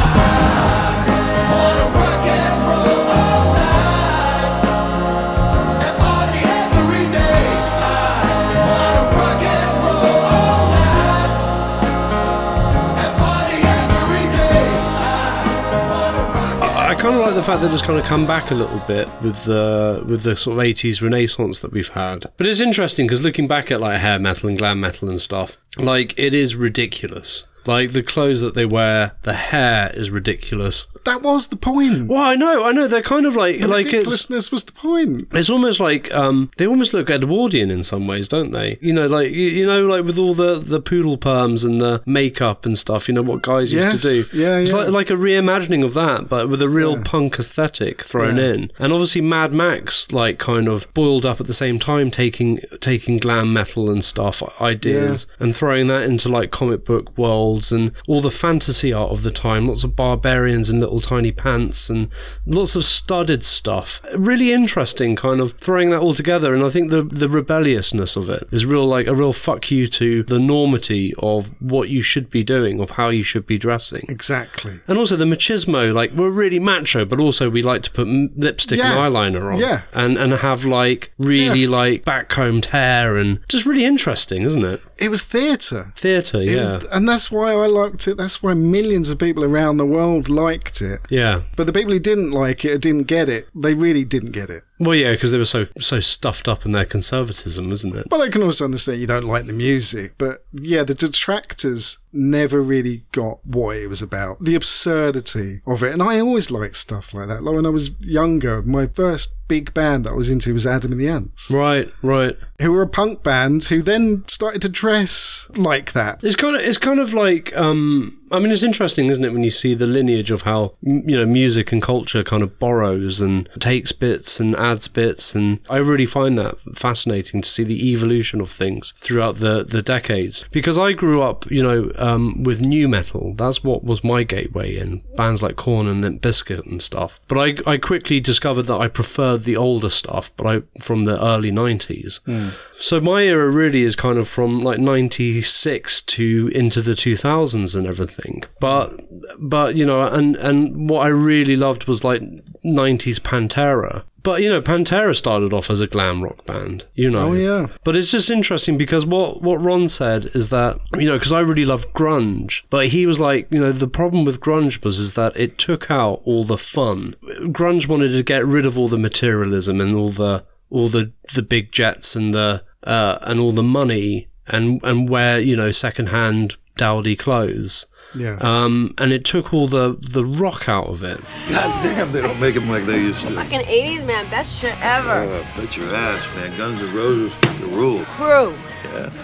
Speaker 2: I kind of like the fact that it's kind of come back a little bit with the with the sort of eighties renaissance that we've had. But it's interesting because looking back at like hair metal and glam metal and stuff, like it is ridiculous. Like the clothes that they wear, the hair is ridiculous.
Speaker 1: That was the point.
Speaker 2: Well, I know, I know. They're kind of like like it's
Speaker 1: Ridiculousness was the point.
Speaker 2: it's almost like um, they almost look Edwardian in some ways, don't they? You know, like you, you know, like with all the, the poodle perms and the makeup and stuff. You know what guys used
Speaker 1: Yes,
Speaker 2: to do.
Speaker 1: yeah,
Speaker 2: it's
Speaker 1: yeah.
Speaker 2: like like a reimagining of that, but with a real punk aesthetic thrown in. And obviously, Mad Max like kind of boiled up at the same time, taking taking glam metal and stuff ideas and throwing that into like comic book worlds and all the fantasy art of the time. Lots of barbarians in little tiny pants and lots of studded stuff. Really interesting, kind of throwing that all together. And I think the the rebelliousness of it is real, like a real fuck you to the normity of what you should be doing, of how you should be dressing.
Speaker 1: Exactly.
Speaker 2: And also the machismo, like we're really macho, but also we like to put m- lipstick
Speaker 1: Yeah.
Speaker 2: and eyeliner on,
Speaker 1: Yeah.
Speaker 2: and and have like really like backcombed hair, and just really interesting, isn't it?
Speaker 1: It was theatre.
Speaker 2: Theatre,
Speaker 1: It-
Speaker 2: yeah,
Speaker 1: And that's why I liked it. That's why millions of people around the world liked it.
Speaker 2: yeah.
Speaker 1: But the people who didn't like it or didn't get it, they really didn't get it.
Speaker 2: Well, yeah, because they were so so stuffed up in their conservatism, isn't it?
Speaker 1: But I can also understand you don't like the music. But yeah, the detractors never really got what it was about, the absurdity of it. And I always liked stuff like that. Like when I was younger, my first big band that I was into was Adam and the Ants,
Speaker 2: Right, right.
Speaker 1: who were a punk band who then started to dress like that.
Speaker 2: It's kind of it's kind of like um, I mean, it's interesting, isn't it, when you see the lineage of how m- you know music and culture kind of borrows and takes bits and adds bits, and I really find that fascinating to see the evolution of things throughout the the decades. Because I grew up, you know, um, with new metal. That's what was my gateway in bands like Corn and Limp Bizkit and stuff. But I I quickly discovered that I preferred the older stuff, but I from the early nineties.
Speaker 1: Hmm.
Speaker 2: So my era really is kind of from like '96 to into the 2000s and everything. But but you know, and and what I really loved was like '90s Pantera. But you know, Pantera started off as a glam rock band. You know.
Speaker 1: Oh, yeah.
Speaker 2: But it's just interesting because what what Ron said is that you know because I really love grunge, but he was like you know the problem with grunge was is that it took out all the fun. Grunge wanted to get rid of all the materialism and all the all the the big jets and the uh, and all the money and and wear you know secondhand dowdy clothes.
Speaker 1: Yeah.
Speaker 2: Um, and it took all the the rock out of it.
Speaker 8: God damn, they don't make them like they used to.
Speaker 9: Fucking 80s, man. Best shit ever.
Speaker 8: Uh, bet your ass, man. Guns N' Roses the rule.
Speaker 9: Crew.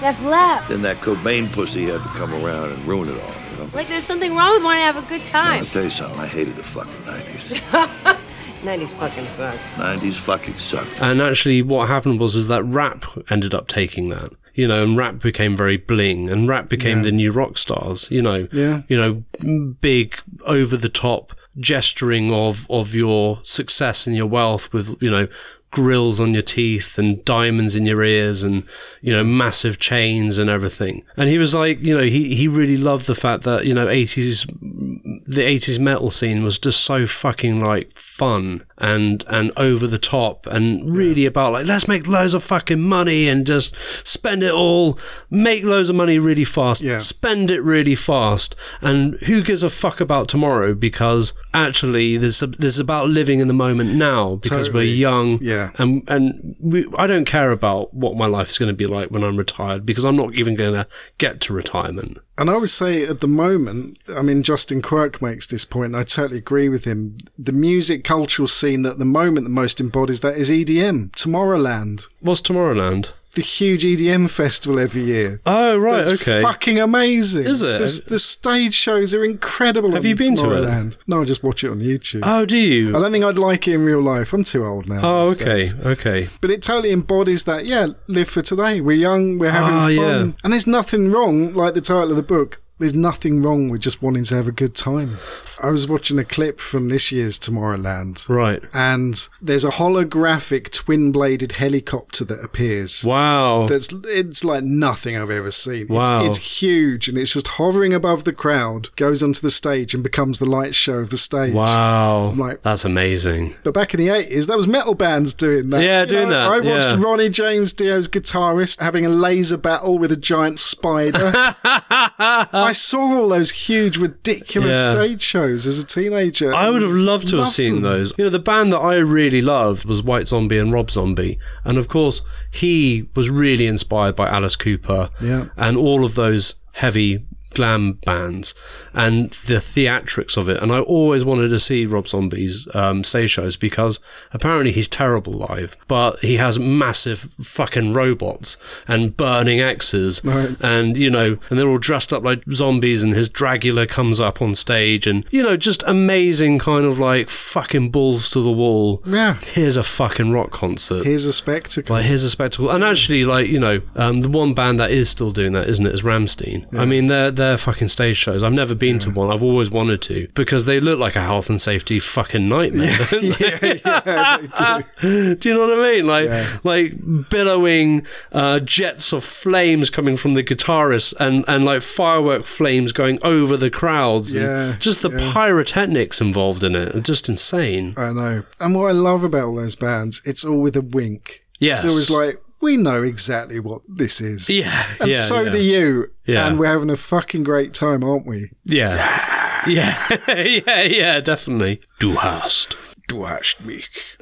Speaker 9: Def Lap.
Speaker 8: Then that Cobain pussy had to come around and ruin it all. You know?
Speaker 9: Like, there's something wrong with wanting to have a good
Speaker 8: I'll
Speaker 9: time.
Speaker 8: tell you something. I hated the fucking nineties.
Speaker 9: 90s fucking sucked.
Speaker 8: Nineties fucking sucked.
Speaker 2: And actually, what happened was is that rap ended up taking that. You know, and rap became very bling, and rap became the new rock stars. You know,
Speaker 1: Yeah.
Speaker 2: you know, big over the top gesturing of of your success and your wealth with you know grills on your teeth and diamonds in your ears and you know massive chains and everything and he was like you know he he really loved the fact that you know 80s the 80s metal scene was just so fucking like fun and and over the top and really about like let's make loads of fucking money and just spend it all make loads of money really fast
Speaker 1: Yeah.
Speaker 2: spend it really fast and who gives a fuck about tomorrow because actually there's there's about living in the moment now because we're
Speaker 1: Totally.
Speaker 2: young
Speaker 1: Yeah.
Speaker 2: and and we, I don't care about what my life is going to be like when I'm retired because I'm not even going to get to retirement
Speaker 1: And I would say at the moment, I mean, Justin Quirk makes this point, and I totally agree with him. The music cultural scene at the moment that most embodies that is EDM, Tomorrowland,
Speaker 2: what's Tomorrowland
Speaker 1: the huge EDM festival every year.
Speaker 2: oh right
Speaker 1: It's
Speaker 2: okay
Speaker 1: fucking amazing.
Speaker 2: Is it?
Speaker 1: This- The, stage shows are incredible.
Speaker 2: Have
Speaker 1: on
Speaker 2: you been to it?
Speaker 1: Tomorrowland. No, I just watch it on YouTube.
Speaker 2: Oh, do you?
Speaker 1: I don't think I'd like it in real life. I'm too old now.
Speaker 2: Oh,
Speaker 1: these
Speaker 2: okay,
Speaker 1: days.
Speaker 2: okay.
Speaker 1: But it totally embodies that. Yeah, live for today. We're young. We're having
Speaker 2: Ah,
Speaker 1: fun.
Speaker 2: yeah.
Speaker 1: And there's nothing wrong, like the title of the book. There's nothing wrong with just wanting to have a good time. I was watching a clip from this year's Tomorrowland.
Speaker 2: Right.
Speaker 1: And there's a holographic twin bladed helicopter that appears.
Speaker 2: Wow.
Speaker 1: That's it's like nothing I've ever seen.
Speaker 2: Wow.
Speaker 1: It's, it's huge and it's just hovering above the crowd, goes onto the stage and becomes the light show of the stage.
Speaker 2: Wow.
Speaker 1: I'm like-
Speaker 2: That's amazing.
Speaker 1: But back in the eighties, that was metal bands doing that.
Speaker 2: Yeah, doing that,
Speaker 1: I watched
Speaker 2: yeah.
Speaker 1: Ronnie James Dio's guitarist having a laser battle with a giant spider. I saw all those huge, ridiculous
Speaker 2: Yeah.
Speaker 1: stage shows as a teenager.
Speaker 2: I would have loved to have
Speaker 1: Loved
Speaker 2: seen
Speaker 1: them.
Speaker 2: those. You know, the band that I really loved was White Zombie and Rob Zombie. And of course, he was really inspired by Alice Cooper
Speaker 1: Yeah.
Speaker 2: and all of those heavy glam bands and the theatrics of it. And I always wanted to see Rob Zombie's um, stage shows because apparently he's terrible live, but he has massive fucking robots and burning axes.
Speaker 1: Right.
Speaker 2: And, you know, and they're all dressed up like zombies and his Dragula comes up on stage and, you know, just amazing kind of like fucking balls to the wall.
Speaker 1: Yeah.
Speaker 2: Here's a fucking rock concert.
Speaker 1: Here's a spectacle.
Speaker 2: Like here's a spectacle, and actually, like you know, um, the one band that is still doing that, isn't it, is Ramstein. I mean, they're they're fucking stage shows. I've never been to one. I've always wanted to because they look like a health and safety fucking nightmare. don't they? do. you know what I mean? Like like billowing uh, jets of flames coming from the guitarist, and and like firework flames going over the crowds. and
Speaker 1: Yeah,
Speaker 2: just the pyrotechnics involved in it, are just insane.
Speaker 1: I know. And what I love about all those bands, it's all with a wink.
Speaker 2: Yes.
Speaker 1: It's always like, we know exactly what this is.
Speaker 2: Yeah,
Speaker 1: And
Speaker 2: yeah,
Speaker 1: so
Speaker 2: yeah.
Speaker 1: do you.
Speaker 2: Yeah.
Speaker 1: And we're having a fucking great time, aren't we?
Speaker 2: Yeah. Yeah. yeah, yeah, definitely. Du hast.
Speaker 1: Du hast mich.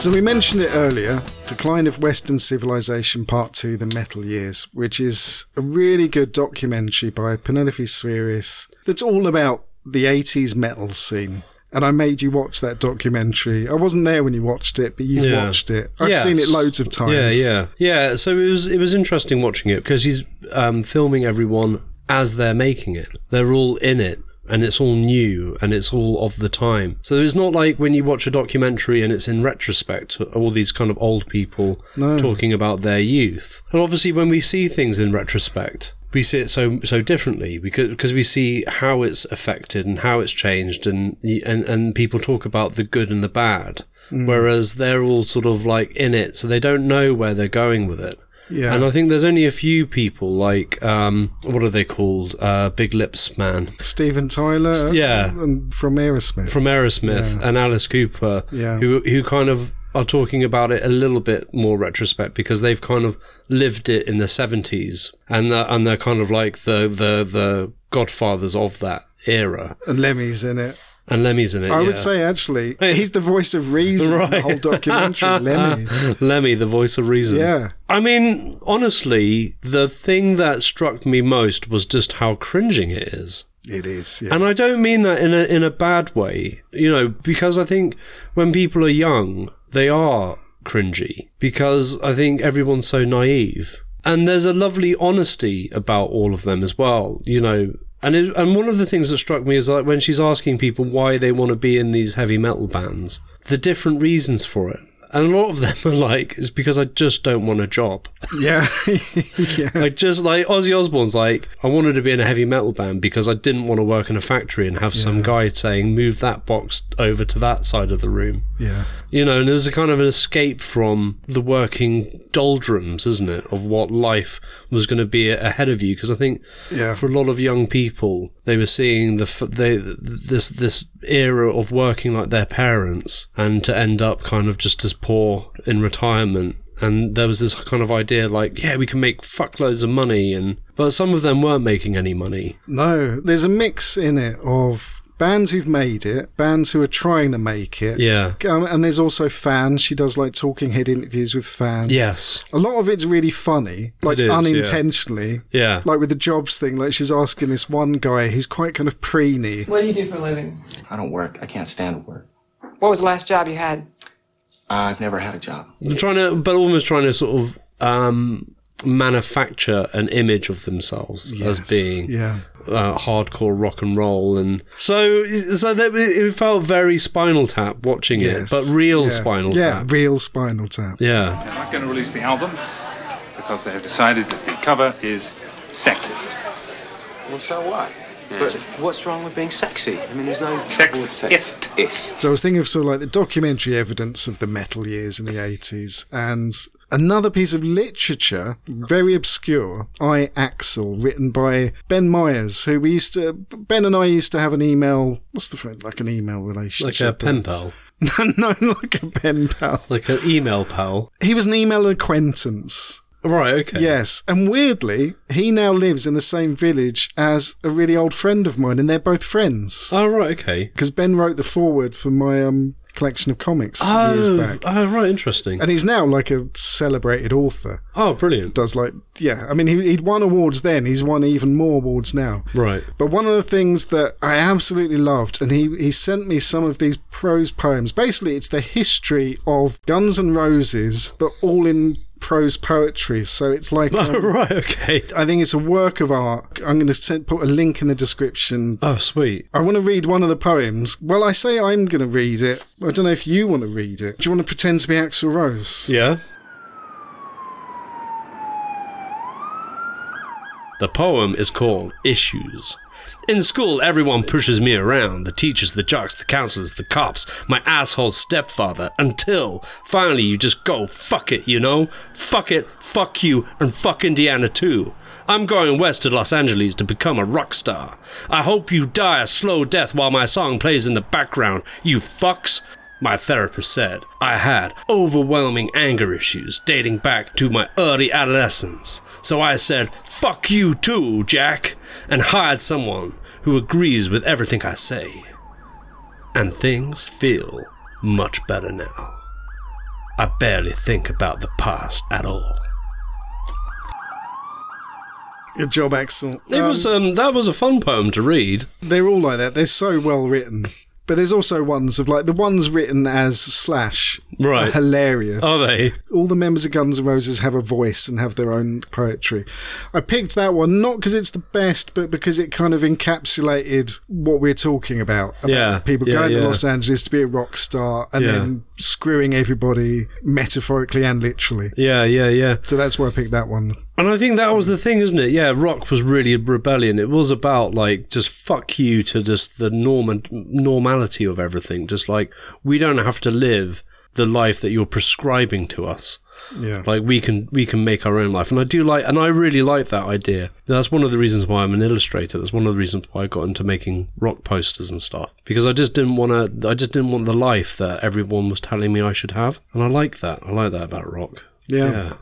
Speaker 1: So we mentioned it earlier. Decline of Western Civilization Part 2 The Metal Years, which is a really good documentary by Penelope Spheris that's all about the 80s metal scene. And I made you watch that documentary. I wasn't there when you watched it, but you've
Speaker 2: Yeah.
Speaker 1: watched it. I've
Speaker 2: Yes.
Speaker 1: seen it loads of times.
Speaker 2: Yeah, yeah. Yeah, so it was it was interesting watching it because he's um, filming everyone as they're making it. They're all in it and it's all new and it's all of the time. So it's not like when you watch a documentary and it's in retrospect all these kind of old people talking about their youth. And obviously when we see things in retrospect, we see it so so differently because because we see how it's affected and how it's changed and and and people talk about the good and the bad
Speaker 1: Mm.
Speaker 2: whereas they're all sort of like in it so they don't know where they're going with it
Speaker 1: Yeah.
Speaker 2: and i think there's only a few people like um what are they called uh big lips man
Speaker 1: Steven Tyler.
Speaker 2: yeah.
Speaker 1: And from Aerosmith.
Speaker 2: from Aerosmith and Alice Cooper,
Speaker 1: Yeah.
Speaker 2: who who kind of are talking about it a little bit more retrospect because they've kind of lived it in the seventies and they're, and they're kind of like the the the godfathers of that era.
Speaker 1: and Lemmy's in it.
Speaker 2: And Lemmy's in it.
Speaker 1: I
Speaker 2: yeah.
Speaker 1: would say, actually, he's the voice of reason in the
Speaker 2: Right.
Speaker 1: whole documentary, Lemmy.
Speaker 2: Lemmy, the voice of reason.
Speaker 1: Yeah.
Speaker 2: I mean, honestly, the thing that struck me most was just how cringing it is.
Speaker 1: It is. Yeah.
Speaker 2: And I don't mean that in a in a bad way, you know, because I think when people are young, they are cringy because I think everyone's so naive, and there's a lovely honesty about all of them as well, you know. And it, and one of the things that struck me is like when she's asking people why they want to be in these heavy metal bands, the different reasons for it. And a lot of them are like, it's because I just don't want a job.
Speaker 1: yeah.
Speaker 2: Like just like Ozzy Osbourne's like, I wanted to be in a heavy metal band because I didn't want to work in a factory and have some guy saying, move that box over to that side of the room.
Speaker 1: yeah.
Speaker 2: You know, and there's a kind of an escape from the working doldrums, isn't it, of what life was going to be ahead of you? Because I think
Speaker 1: Yeah.
Speaker 2: for a lot of young people, they were seeing the f- they, this this era of working like their parents, and to end up kind of just as poor in retirement. And there was this kind of idea, like, yeah, we can make fuckloads of money, and but some of them weren't making any money.
Speaker 1: No, there's a mix in it of bands who've made it, bands who are trying to make it.
Speaker 2: Yeah.
Speaker 1: Um, and there's also fans. She does like talking head interviews with fans.
Speaker 2: Yes.
Speaker 1: A lot of it's really funny, like
Speaker 2: is, yeah.
Speaker 1: unintentionally.
Speaker 2: Yeah.
Speaker 1: Like with the jobs thing, like she's asking this one guy who's quite kind of preeny.
Speaker 10: What do you do for a living?
Speaker 3: I don't work. I can't stand work.
Speaker 10: What was the last job you had?
Speaker 3: I've never had a job.
Speaker 2: trying to, but almost trying to sort of um, manufacture an image of themselves as being
Speaker 1: Yeah.
Speaker 2: uh, hardcore rock and roll, and so so that it felt very Spinal Tap watching
Speaker 1: Yes.
Speaker 2: it, but real
Speaker 1: Yeah.
Speaker 2: Spinal
Speaker 1: Yeah,
Speaker 2: Tap.
Speaker 1: real Spinal Tap.
Speaker 2: Yeah.
Speaker 11: They're not going to release the album because they have decided that the cover is sexist.
Speaker 3: Well, so what? But what's wrong with being sexy? I mean, there's no
Speaker 11: Sexist.
Speaker 1: So I was thinking of sort of like the documentary evidence of the metal years in the 80s and another piece of literature, very obscure, I Axel, written by Ben Myers, who we used to, Ben and I used to have an email, what's the friend, like an email
Speaker 2: Like
Speaker 1: relationship.
Speaker 2: a pen
Speaker 1: but-
Speaker 2: pal,
Speaker 1: no, no, like a pen pal.
Speaker 2: like an email pal.
Speaker 1: He was an email acquaintance.
Speaker 2: Right. Okay.
Speaker 1: Yes. And weirdly, he now lives in the same village as a really old friend of mine, and they're both friends.
Speaker 2: Oh right. Okay.
Speaker 1: Because Ben wrote the foreword for my um, collection of comics years
Speaker 2: Oh,
Speaker 1: back.
Speaker 2: oh, right. Interesting.
Speaker 1: And he's now like a celebrated author.
Speaker 2: Oh, brilliant.
Speaker 1: Does like, yeah. I mean, he, he'd won awards then, he's won even more awards now.
Speaker 2: Right.
Speaker 1: But one of the things that I absolutely loved, and he, he sent me some of these prose poems. Basically, it's the history of Guns N' Roses, but all in prose poetry. So it's like.
Speaker 2: Oh,
Speaker 1: um,
Speaker 2: right. Okay.
Speaker 1: I think it's a work of art. I'm going to send, put a link in the description.
Speaker 2: Oh, sweet.
Speaker 1: I want to read one of the poems. Well, I say I'm going to read it. I don't know if you want to read it. Do you want to pretend to be Axel Rose?
Speaker 2: Yeah. The poem is called Issues. In school, everyone pushes me around the teachers, the jocks, the counselors, the cops, my asshole stepfather, until finally you just go, fuck it, you know? Fuck it, fuck you, and fuck Indiana too. I'm going west to Los Angeles to become a rock star. I hope you die a slow death while my song plays in the background, you fucks. My therapist said I had overwhelming anger issues dating back to my early adolescence. So I said, fuck you too, Jack, and hired someone who agrees with everything I say. And things feel much better now. I barely think about the past at all.
Speaker 1: Good job, Axel.
Speaker 2: It
Speaker 1: Um,
Speaker 2: was um that was a fun poem to read.
Speaker 1: They're all like that. They're so well written. But there's also ones of like the ones written as slash
Speaker 2: Right. Uh,
Speaker 1: are hilarious.
Speaker 2: Are they?
Speaker 1: All the members of Guns N' Roses have a voice and have their own poetry. I picked that one not because it's the best, but because it kind of encapsulated what we're talking about. about
Speaker 2: Yeah,
Speaker 1: people
Speaker 2: yeah,
Speaker 1: going
Speaker 2: yeah.
Speaker 1: to Los Angeles to be a rock star and
Speaker 2: Yeah.
Speaker 1: then screwing everybody metaphorically and literally.
Speaker 2: Yeah, yeah, yeah.
Speaker 1: So that's why I picked that one.
Speaker 2: And I think that was the thing, isn't it? Yeah, rock was really a rebellion. It was about like just fuck you to just the norm normality of everything. Just like we don't have to live the life that you're prescribing to us.
Speaker 1: Yeah.
Speaker 2: Like we can we can make our own life. And I do like and I really like that idea. That's one of the reasons why I'm an illustrator. That's one of the reasons why I got into making rock posters and stuff. Because I just didn't want to I just didn't want the life that everyone was telling me I should have. And I like that. I like that about rock.
Speaker 1: Yeah.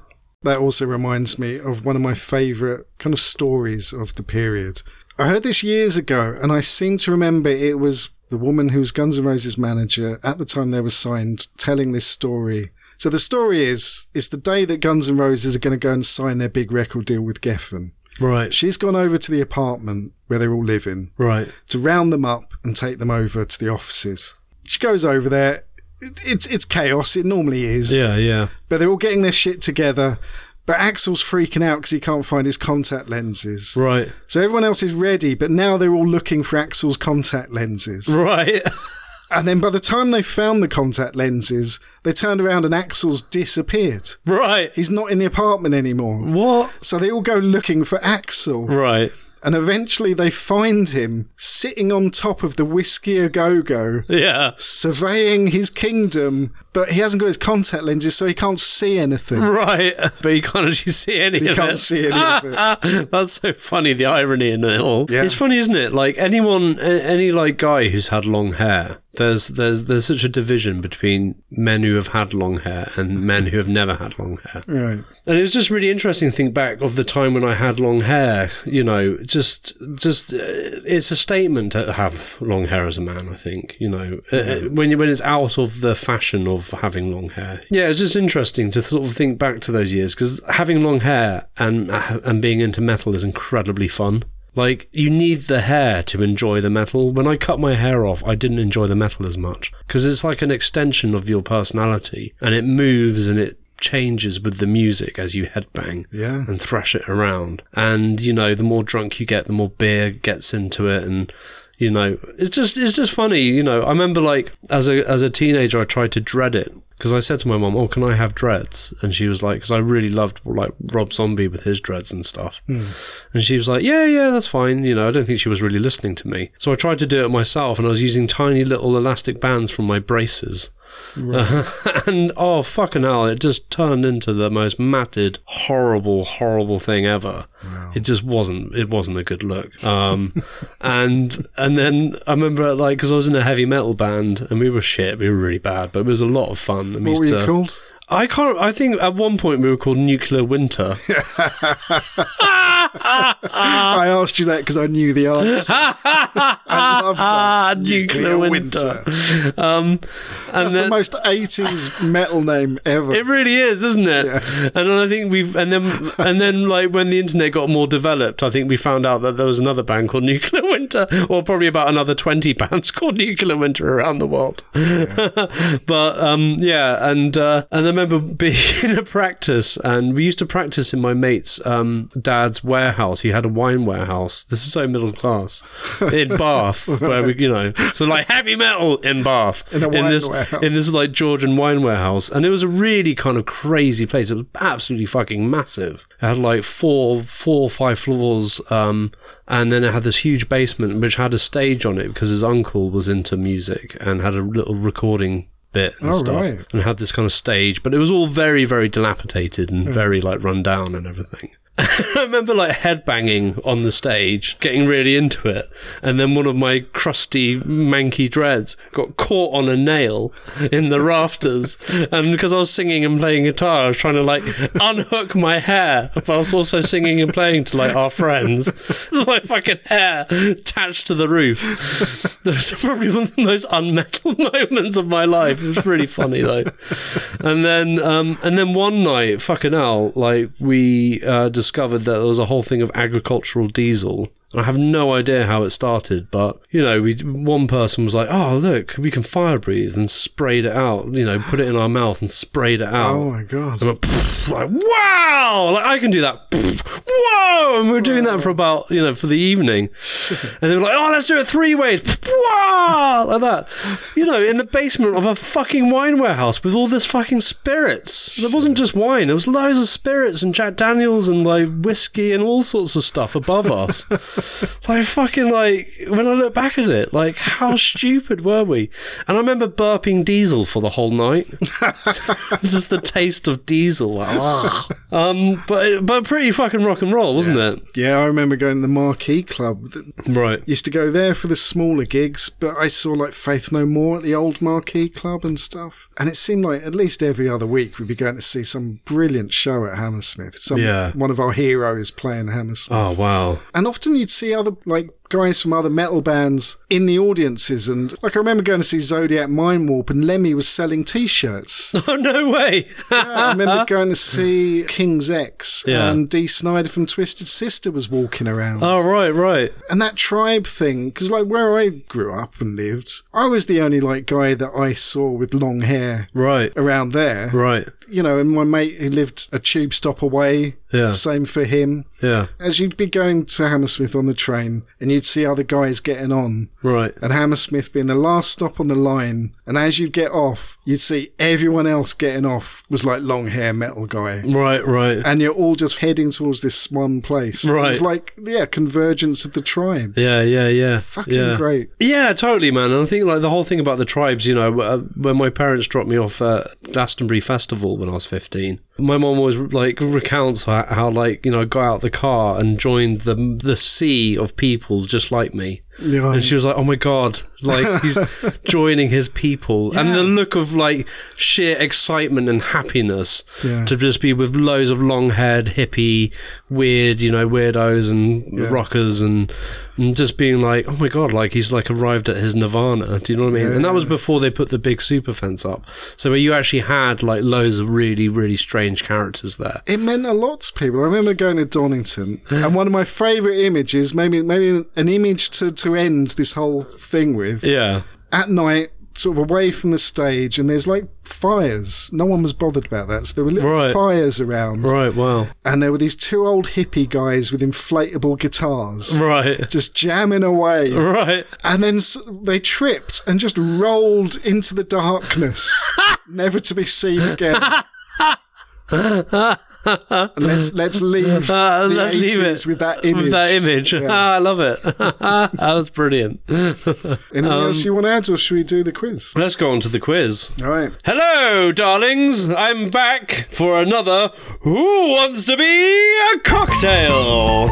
Speaker 1: That also reminds me of one of my favourite kind of stories of the period. I heard this years ago, and I seem to remember it was the woman who was Guns N' Roses manager at the time they were signed telling this story. So the story is it's the day that Guns N' Roses are going to go and sign their big record deal with Geffen.
Speaker 2: Right.
Speaker 1: She's gone over to the apartment where they're all living
Speaker 2: Right.
Speaker 1: to round them up and take them over to the offices. She goes over there. It- It's it's chaos. It normally is
Speaker 2: Yeah, yeah.
Speaker 1: but they're all getting their shit together. But Axel's freaking out because he can't find his contact lenses.
Speaker 2: Right.
Speaker 1: So everyone else is ready, but now they're all looking for Axel's contact lenses.
Speaker 2: Right.
Speaker 1: And then by the time they found the contact lenses, they turned around and Axel's disappeared.
Speaker 2: Right.
Speaker 1: He's not in the apartment anymore.
Speaker 2: What?
Speaker 1: So they all go looking for Axel.
Speaker 2: Right.
Speaker 1: And eventually they find him sitting on top of the Whiskey A Go Go,
Speaker 2: Yeah.
Speaker 1: surveying his kingdom, but he hasn't got his contact lenses, so he can't see anything.
Speaker 2: Right. But you can't actually see any
Speaker 1: You
Speaker 2: of
Speaker 1: can't
Speaker 2: it.
Speaker 1: see any of it.
Speaker 2: That's so funny, the irony in it all.
Speaker 1: Yeah.
Speaker 2: It's funny, isn't it? Like anyone a- any like guy who's had long hair, there's there's there's such a division between men who have had long hair and men who have never had long hair.
Speaker 1: Right.
Speaker 2: And it was just really interesting to think back of the time when I had long hair. You know, just just uh, it's a statement to have long hair as a man. I think you know Uh, uh, when you, when it's out of the fashion of having long hair. Yeah, it's just interesting to sort of think back to those years because having long hair and uh, and being into metal is incredibly fun. Like you need the hair to enjoy the metal. When I cut my hair off, I didn't enjoy the metal as much because it's like an extension of your personality, and it moves and it changes with the music as you headbang
Speaker 1: Yeah.
Speaker 2: and thrash it around. And you know, the more drunk you get, the more beer gets into it, and you know, it's just it's just funny. You know, I remember like as a as a teenager, I tried to dread it because I said to my mom, "Oh, can I have dreads?" And she was like, "Because I really loved like Rob Zombie with his dreads and stuff." And she was like, "Yeah, yeah, that's fine." You know, I don't think she was really listening to me. So I tried to do it myself, and I was using tiny little elastic bands from my braces. and oh fucking hell, it just turned into the most matted, horrible, horrible thing ever. It just wasn't. It wasn't a good look. Um, and and then I remember like because I was in a heavy metal band and we were shit. We were really bad, but it was a lot of fun. And we
Speaker 1: What were
Speaker 2: used
Speaker 1: you
Speaker 2: to-
Speaker 1: called?
Speaker 2: I can't. I think at one point we were called Nuclear Winter.
Speaker 1: I asked you that because I knew the answer. I love that.
Speaker 2: Ah, Nuclear Winter. um, and
Speaker 1: That's the
Speaker 2: then,
Speaker 1: most 80s metal name ever.
Speaker 2: It really is, isn't it? And then I think we've and then and then like when the internet got more developed, I think we found out that there was another band called Nuclear Winter, or probably about another twenty bands called Nuclear Winter around the world. but um, yeah, and uh, and I remember being in a practice, and we used to practice in my mate's um, dad's warehouse. He had a wine warehouse. This is so middle class in Bath, where we, you know, so like heavy metal in Bath
Speaker 1: In a wine
Speaker 2: this
Speaker 1: warehouse.
Speaker 2: in this like Georgian wine warehouse, and it was a really kind of crazy place. It was absolutely fucking massive. It had like four, four or five floors, um, and then it had this huge basement which had a stage on it because his uncle was into music and had a little recording bit and
Speaker 1: Oh,
Speaker 2: stuff
Speaker 1: right.
Speaker 2: and had this kind of stage but it was all very very dilapidated and very like run down and everything I remember like headbanging on the stage, getting really into it, and then one of my crusty, manky dreads got caught on a nail in the rafters. And because I was singing and playing guitar, I was trying to like unhook my hair, but I was also singing and playing to like our friends. my fucking hair attached to the roof. Those are probably one of the most unmetal moments of my life. It was really funny though. And then, um, and then one night, fucking hell, like we uh, discovered that there was a whole thing of agricultural diesel. And I have no idea how it started, but you know, we one person was like, "Oh, look, we can fire breathe," and sprayed it out. You know, put it in our mouth and sprayed it out.
Speaker 1: Oh my god.
Speaker 2: And I'm like, like, wow, like I can do that. Whoa! And we were doing that for about, you know, for the evening. And they were like, oh, let's do it three ways. Wow! Like that. You know, in the basement of a fucking wine warehouse with all this fucking spirits. There wasn't just wine, there was loads of spirits and Jack Daniels and like whiskey and all sorts of stuff above us. like fucking like when I look back at it, like how stupid were we? And I remember burping diesel for the whole night just the taste of diesel. like, ah. um, but but pretty fucking rock and roll, wasn't it?
Speaker 1: Yeah, I remember going to the Marquee Club. Th-
Speaker 2: Right.
Speaker 1: Used to go there for the smaller gigs, but I saw like Faith No More at the old Marquee Club and stuff. And it seemed like at least every other week we'd be going to see some brilliant show at Hammersmith. Some
Speaker 2: Yeah.
Speaker 1: one of our heroes playing Hammersmith.
Speaker 2: Oh wow.
Speaker 1: And often you'd see other like guys from other metal bands in the audiences and like I remember going to see Zodiac Mind Warp and Lemmy was selling t-shirts.
Speaker 2: Oh no way.
Speaker 1: I remember going to see King's X
Speaker 2: Yeah.
Speaker 1: and Dee Snyder from Twisted Sister was walking around.
Speaker 2: oh right, right.
Speaker 1: And that tribe thing, because like where I grew up and lived, I was the only like guy that I saw with long hair
Speaker 2: Right.
Speaker 1: around there.
Speaker 2: Right.
Speaker 1: You know, and my mate who lived a tube stop away,
Speaker 2: Yeah.
Speaker 1: same for him.
Speaker 2: Yeah.
Speaker 1: As you'd be going to Hammersmith on the train and you'd see other guys getting on,
Speaker 2: Right.
Speaker 1: and Hammersmith being the last stop on the line, and as you'd get off, you'd see everyone else getting off was like long hair metal guy.
Speaker 2: Right, right.
Speaker 1: And you're all just heading towards this one place. It
Speaker 2: Right.
Speaker 1: was like, yeah, convergence of the tribes.
Speaker 2: Yeah, yeah, yeah.
Speaker 1: Fucking
Speaker 2: yeah.
Speaker 1: great.
Speaker 2: Yeah, totally, man. And I think like the whole thing about the tribes, you know, w- uh, when my parents dropped me off at Glastonbury Festival when I was fifteen, my mom always like recounts how, how like you know I got out the car and joined the the sea of people just like me.
Speaker 1: Yeah.
Speaker 2: And she was like, "Oh my god!" Like he's joining his people, and the look of like sheer excitement and happiness
Speaker 1: Yeah.
Speaker 2: to just be with loads of long-haired hippie, weird, you know, weirdos and rockers, and, and just being like, "Oh my god!" Like he's like arrived at his nirvana. Do you know what I mean? and that was before they put the big super fence up, so where you actually had like loads of really, really strange characters there.
Speaker 1: It meant a lot to people. I remember going to Donington, and one of my favourite images, maybe maybe an image to, to end this whole thing with,
Speaker 2: Yeah.
Speaker 1: at night sort of away from the stage, and there's like fires. No one was bothered about that, so there were little
Speaker 2: Right.
Speaker 1: fires around.
Speaker 2: Right, wow.
Speaker 1: And there were these two old hippie guys with inflatable guitars.
Speaker 2: Right.
Speaker 1: Just jamming away.
Speaker 2: Right.
Speaker 1: And then s- they tripped and just rolled into the darkness, never to be seen again. let's let's leave
Speaker 2: Ah,
Speaker 1: the
Speaker 2: let's leave
Speaker 1: 80s
Speaker 2: it
Speaker 1: with that image.
Speaker 2: With that image.
Speaker 1: Yeah.
Speaker 2: Ah, I love it. That's brilliant.
Speaker 1: Anything
Speaker 2: Um,
Speaker 1: else you want to add, or should we do the quiz?
Speaker 2: Let's go on to the quiz.
Speaker 1: All right.
Speaker 2: Hello, darlings. I'm back for another Who Wants to Be a Cocktail?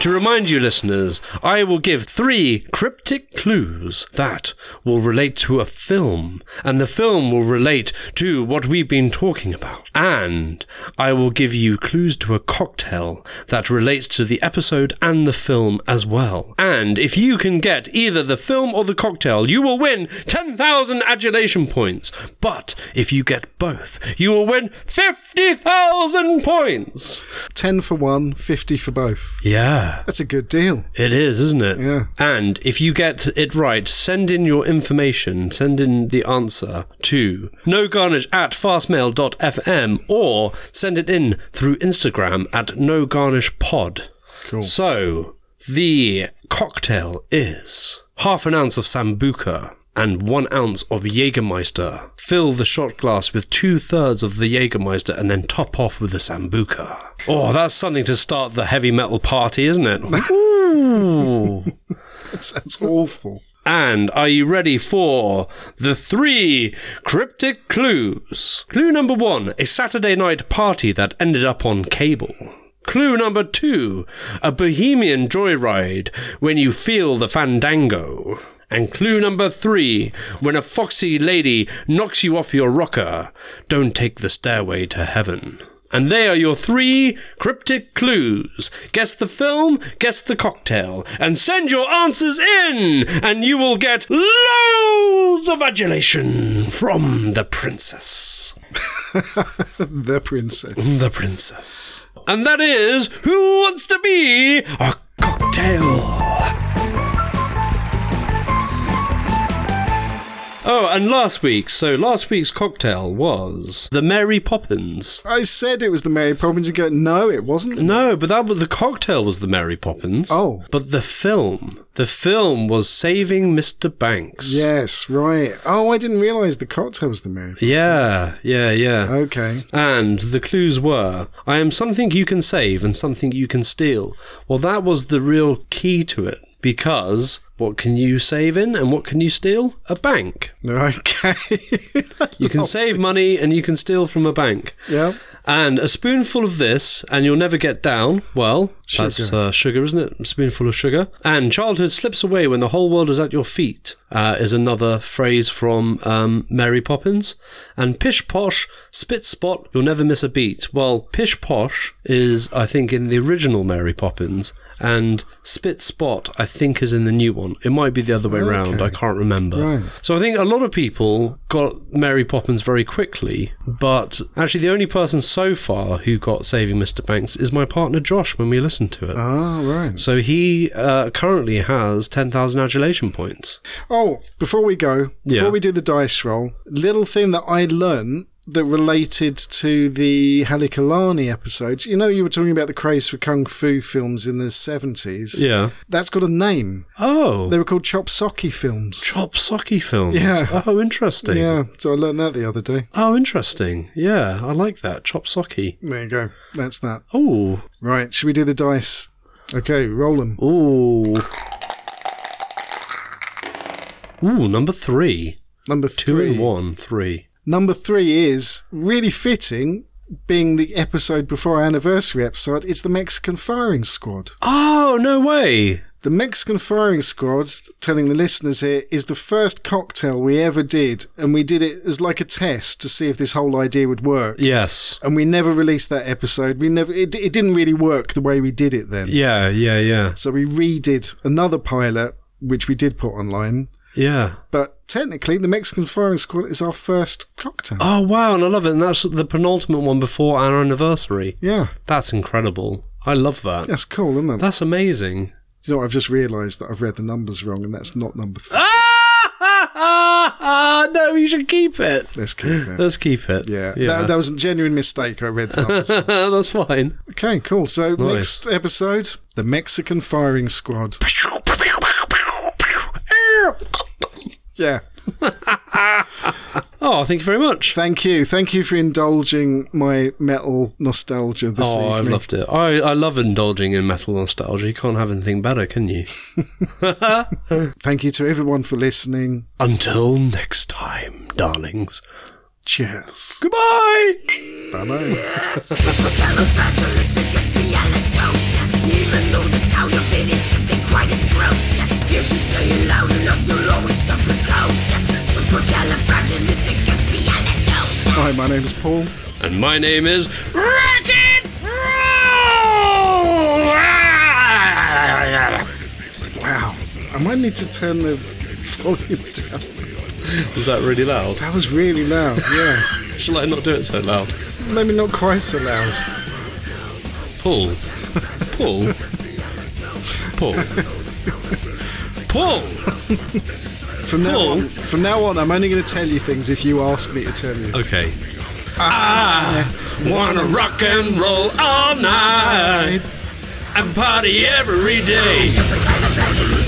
Speaker 2: To remind you, listeners, I will give three cryptic clues that will relate to a film, and the film will relate to what we've been talking about. And I will give you clues to a cocktail that relates to the episode and the film as well. And if you can get either the film or the cocktail, you will win 10,000 adulation points. But if you get both, you will win 50,000 points.
Speaker 1: 10 for one, 50 for both.
Speaker 2: Yeah.
Speaker 1: That's a good deal.
Speaker 2: It is, isn't it?
Speaker 1: Yeah.
Speaker 2: And if you get it right, send in your information, send in the answer to nogarnish at fastmail.fm or send it in through Instagram at nogarnishpod.
Speaker 1: Cool.
Speaker 2: So the cocktail is half an ounce of Sambuca and one ounce of Jägermeister. Fill the shot glass with two thirds of the Jägermeister and then top off with the Sambuca. Oh, that's something to start the heavy metal party, isn't it? Ooh.
Speaker 1: That sounds awful.
Speaker 2: And are you ready for the three cryptic clues? Clue number one a Saturday night party that ended up on cable. Clue number two a bohemian joyride when you feel the fandango. And clue number three when a foxy lady knocks you off your rocker, don't take the stairway to heaven. And they are your three cryptic clues. Guess the film, guess the cocktail, and send your answers in, and you will get loads of adulation from the princess.
Speaker 1: the princess.
Speaker 2: The princess. And that is Who Wants to Be a Cocktail? Oh, and last week's, so last week's cocktail was the Mary Poppins.
Speaker 1: I said it was the Mary Poppins. You go, no, it wasn't.
Speaker 2: No, but that was the cocktail was the Mary Poppins.
Speaker 1: Oh.
Speaker 2: but the film, the film was Saving Mr. Banks.
Speaker 1: Yes, right. Oh, I didn't realise the cocktail was the Mary.
Speaker 2: yeah, yeah, yeah.
Speaker 1: Uh, Okay.
Speaker 2: And the clues were I am something you can save and something you can steal. Well, that was the real key to it because what can you save in and what can you steal? A bank.
Speaker 1: Okay.
Speaker 2: You can save money and you can steal from a bank.
Speaker 1: Oh, yeah.
Speaker 2: And a spoonful of this, and you'll never get down. Well, that's
Speaker 1: Sugar.
Speaker 2: uh, sugar, isn't it? A spoonful of sugar. And childhood slips away when the whole world is at your feet, uh, is another phrase from um, Mary Poppins. And pish posh, spit spot, you'll never miss a beat. Well, pish posh is, I think, in the original Mary Poppins. And spit spot, I think, is in the new one. It might be the other way round.
Speaker 1: Okay.
Speaker 2: I can't remember.
Speaker 1: Right.
Speaker 2: So I think a lot of people got Mary Poppins very quickly, but actually the only person so far who got Saving Mr. Banks is my partner Josh when we listened to it.
Speaker 1: Ah, right.
Speaker 2: So he uh, currently has 10,000 adulation points.
Speaker 1: Oh, before we go, before
Speaker 2: Yeah.
Speaker 1: we do the dice roll, little thing that I learned that related to the Halikalani episode. You know, you were talking about the craze for kung fu films in the 70s.
Speaker 2: Yeah.
Speaker 1: That's got a name.
Speaker 2: Oh.
Speaker 1: They were called Chop Socky films.
Speaker 2: Chop Socky films.
Speaker 1: Yeah.
Speaker 2: Oh, interesting.
Speaker 1: Yeah, so I learned that the other day.
Speaker 2: Oh, interesting. Yeah, I like that. Chop Socky.
Speaker 1: There you go. That's that.
Speaker 2: Oh.
Speaker 1: Right, should we do the dice? Okay, roll them.
Speaker 2: Ooh. Ooh, number three.
Speaker 1: Number
Speaker 2: Two
Speaker 1: three.
Speaker 2: and one, three.
Speaker 1: Number three is really fitting, being the episode before our anniversary episode. It's the Mexican firing squad.
Speaker 2: Oh, no way.
Speaker 1: The Mexican Firing Squad, telling the listeners here, is the first cocktail we ever did, and we did it as like a test to see if this whole idea would work.
Speaker 2: Yes.
Speaker 1: And we never released that episode. We never. It, it didn't really work the way we did it then.
Speaker 2: Yeah, yeah, yeah.
Speaker 1: So we redid another pilot, which we did put online.
Speaker 2: Yeah.
Speaker 1: But technically, the Mexican Firing Squad is our first cocktail.
Speaker 2: Oh, wow. And I love it. And that's the penultimate one before our anniversary.
Speaker 1: Yeah,
Speaker 2: That's incredible. I love that.
Speaker 1: that's cool, isn't it?
Speaker 2: That's amazing.
Speaker 1: You know, what, I've just realised that I've read the numbers wrong, and that's not number three.
Speaker 2: Ah, no, you should keep it.
Speaker 1: Let's keep it.
Speaker 2: Let's keep it.
Speaker 1: Yeah, That, that was a genuine mistake. I read the numbers.
Speaker 2: That's fine.
Speaker 1: okay, cool. So
Speaker 2: Nice.
Speaker 1: next episode, the Mexican firing squad. Yeah.
Speaker 2: Oh, thank you very much.
Speaker 1: Thank you. Thank you for indulging my metal nostalgia this
Speaker 2: oh, I
Speaker 1: evening.
Speaker 2: loved it. I, I love indulging in metal nostalgia. You can't have anything better, can you?
Speaker 1: Thank you to everyone for listening.
Speaker 2: Until next time, darlings.
Speaker 1: Cheers.
Speaker 2: Goodbye.
Speaker 1: Bye bye. Hi, my name's Paul.
Speaker 2: And my name is Rocket Roll.
Speaker 1: Wow. I might need to turn the volume down.
Speaker 2: Is that really loud?
Speaker 1: That was really loud, yeah.
Speaker 2: Shall I not do it so loud?
Speaker 1: Maybe not quite so loud.
Speaker 2: Paul. Paul. Paul. Paul.
Speaker 1: From now
Speaker 2: Paul?
Speaker 1: on, from now on, I'm only going to tell you things if you ask me to tell you.
Speaker 2: Okay. I wanna rock and roll all night and party every day.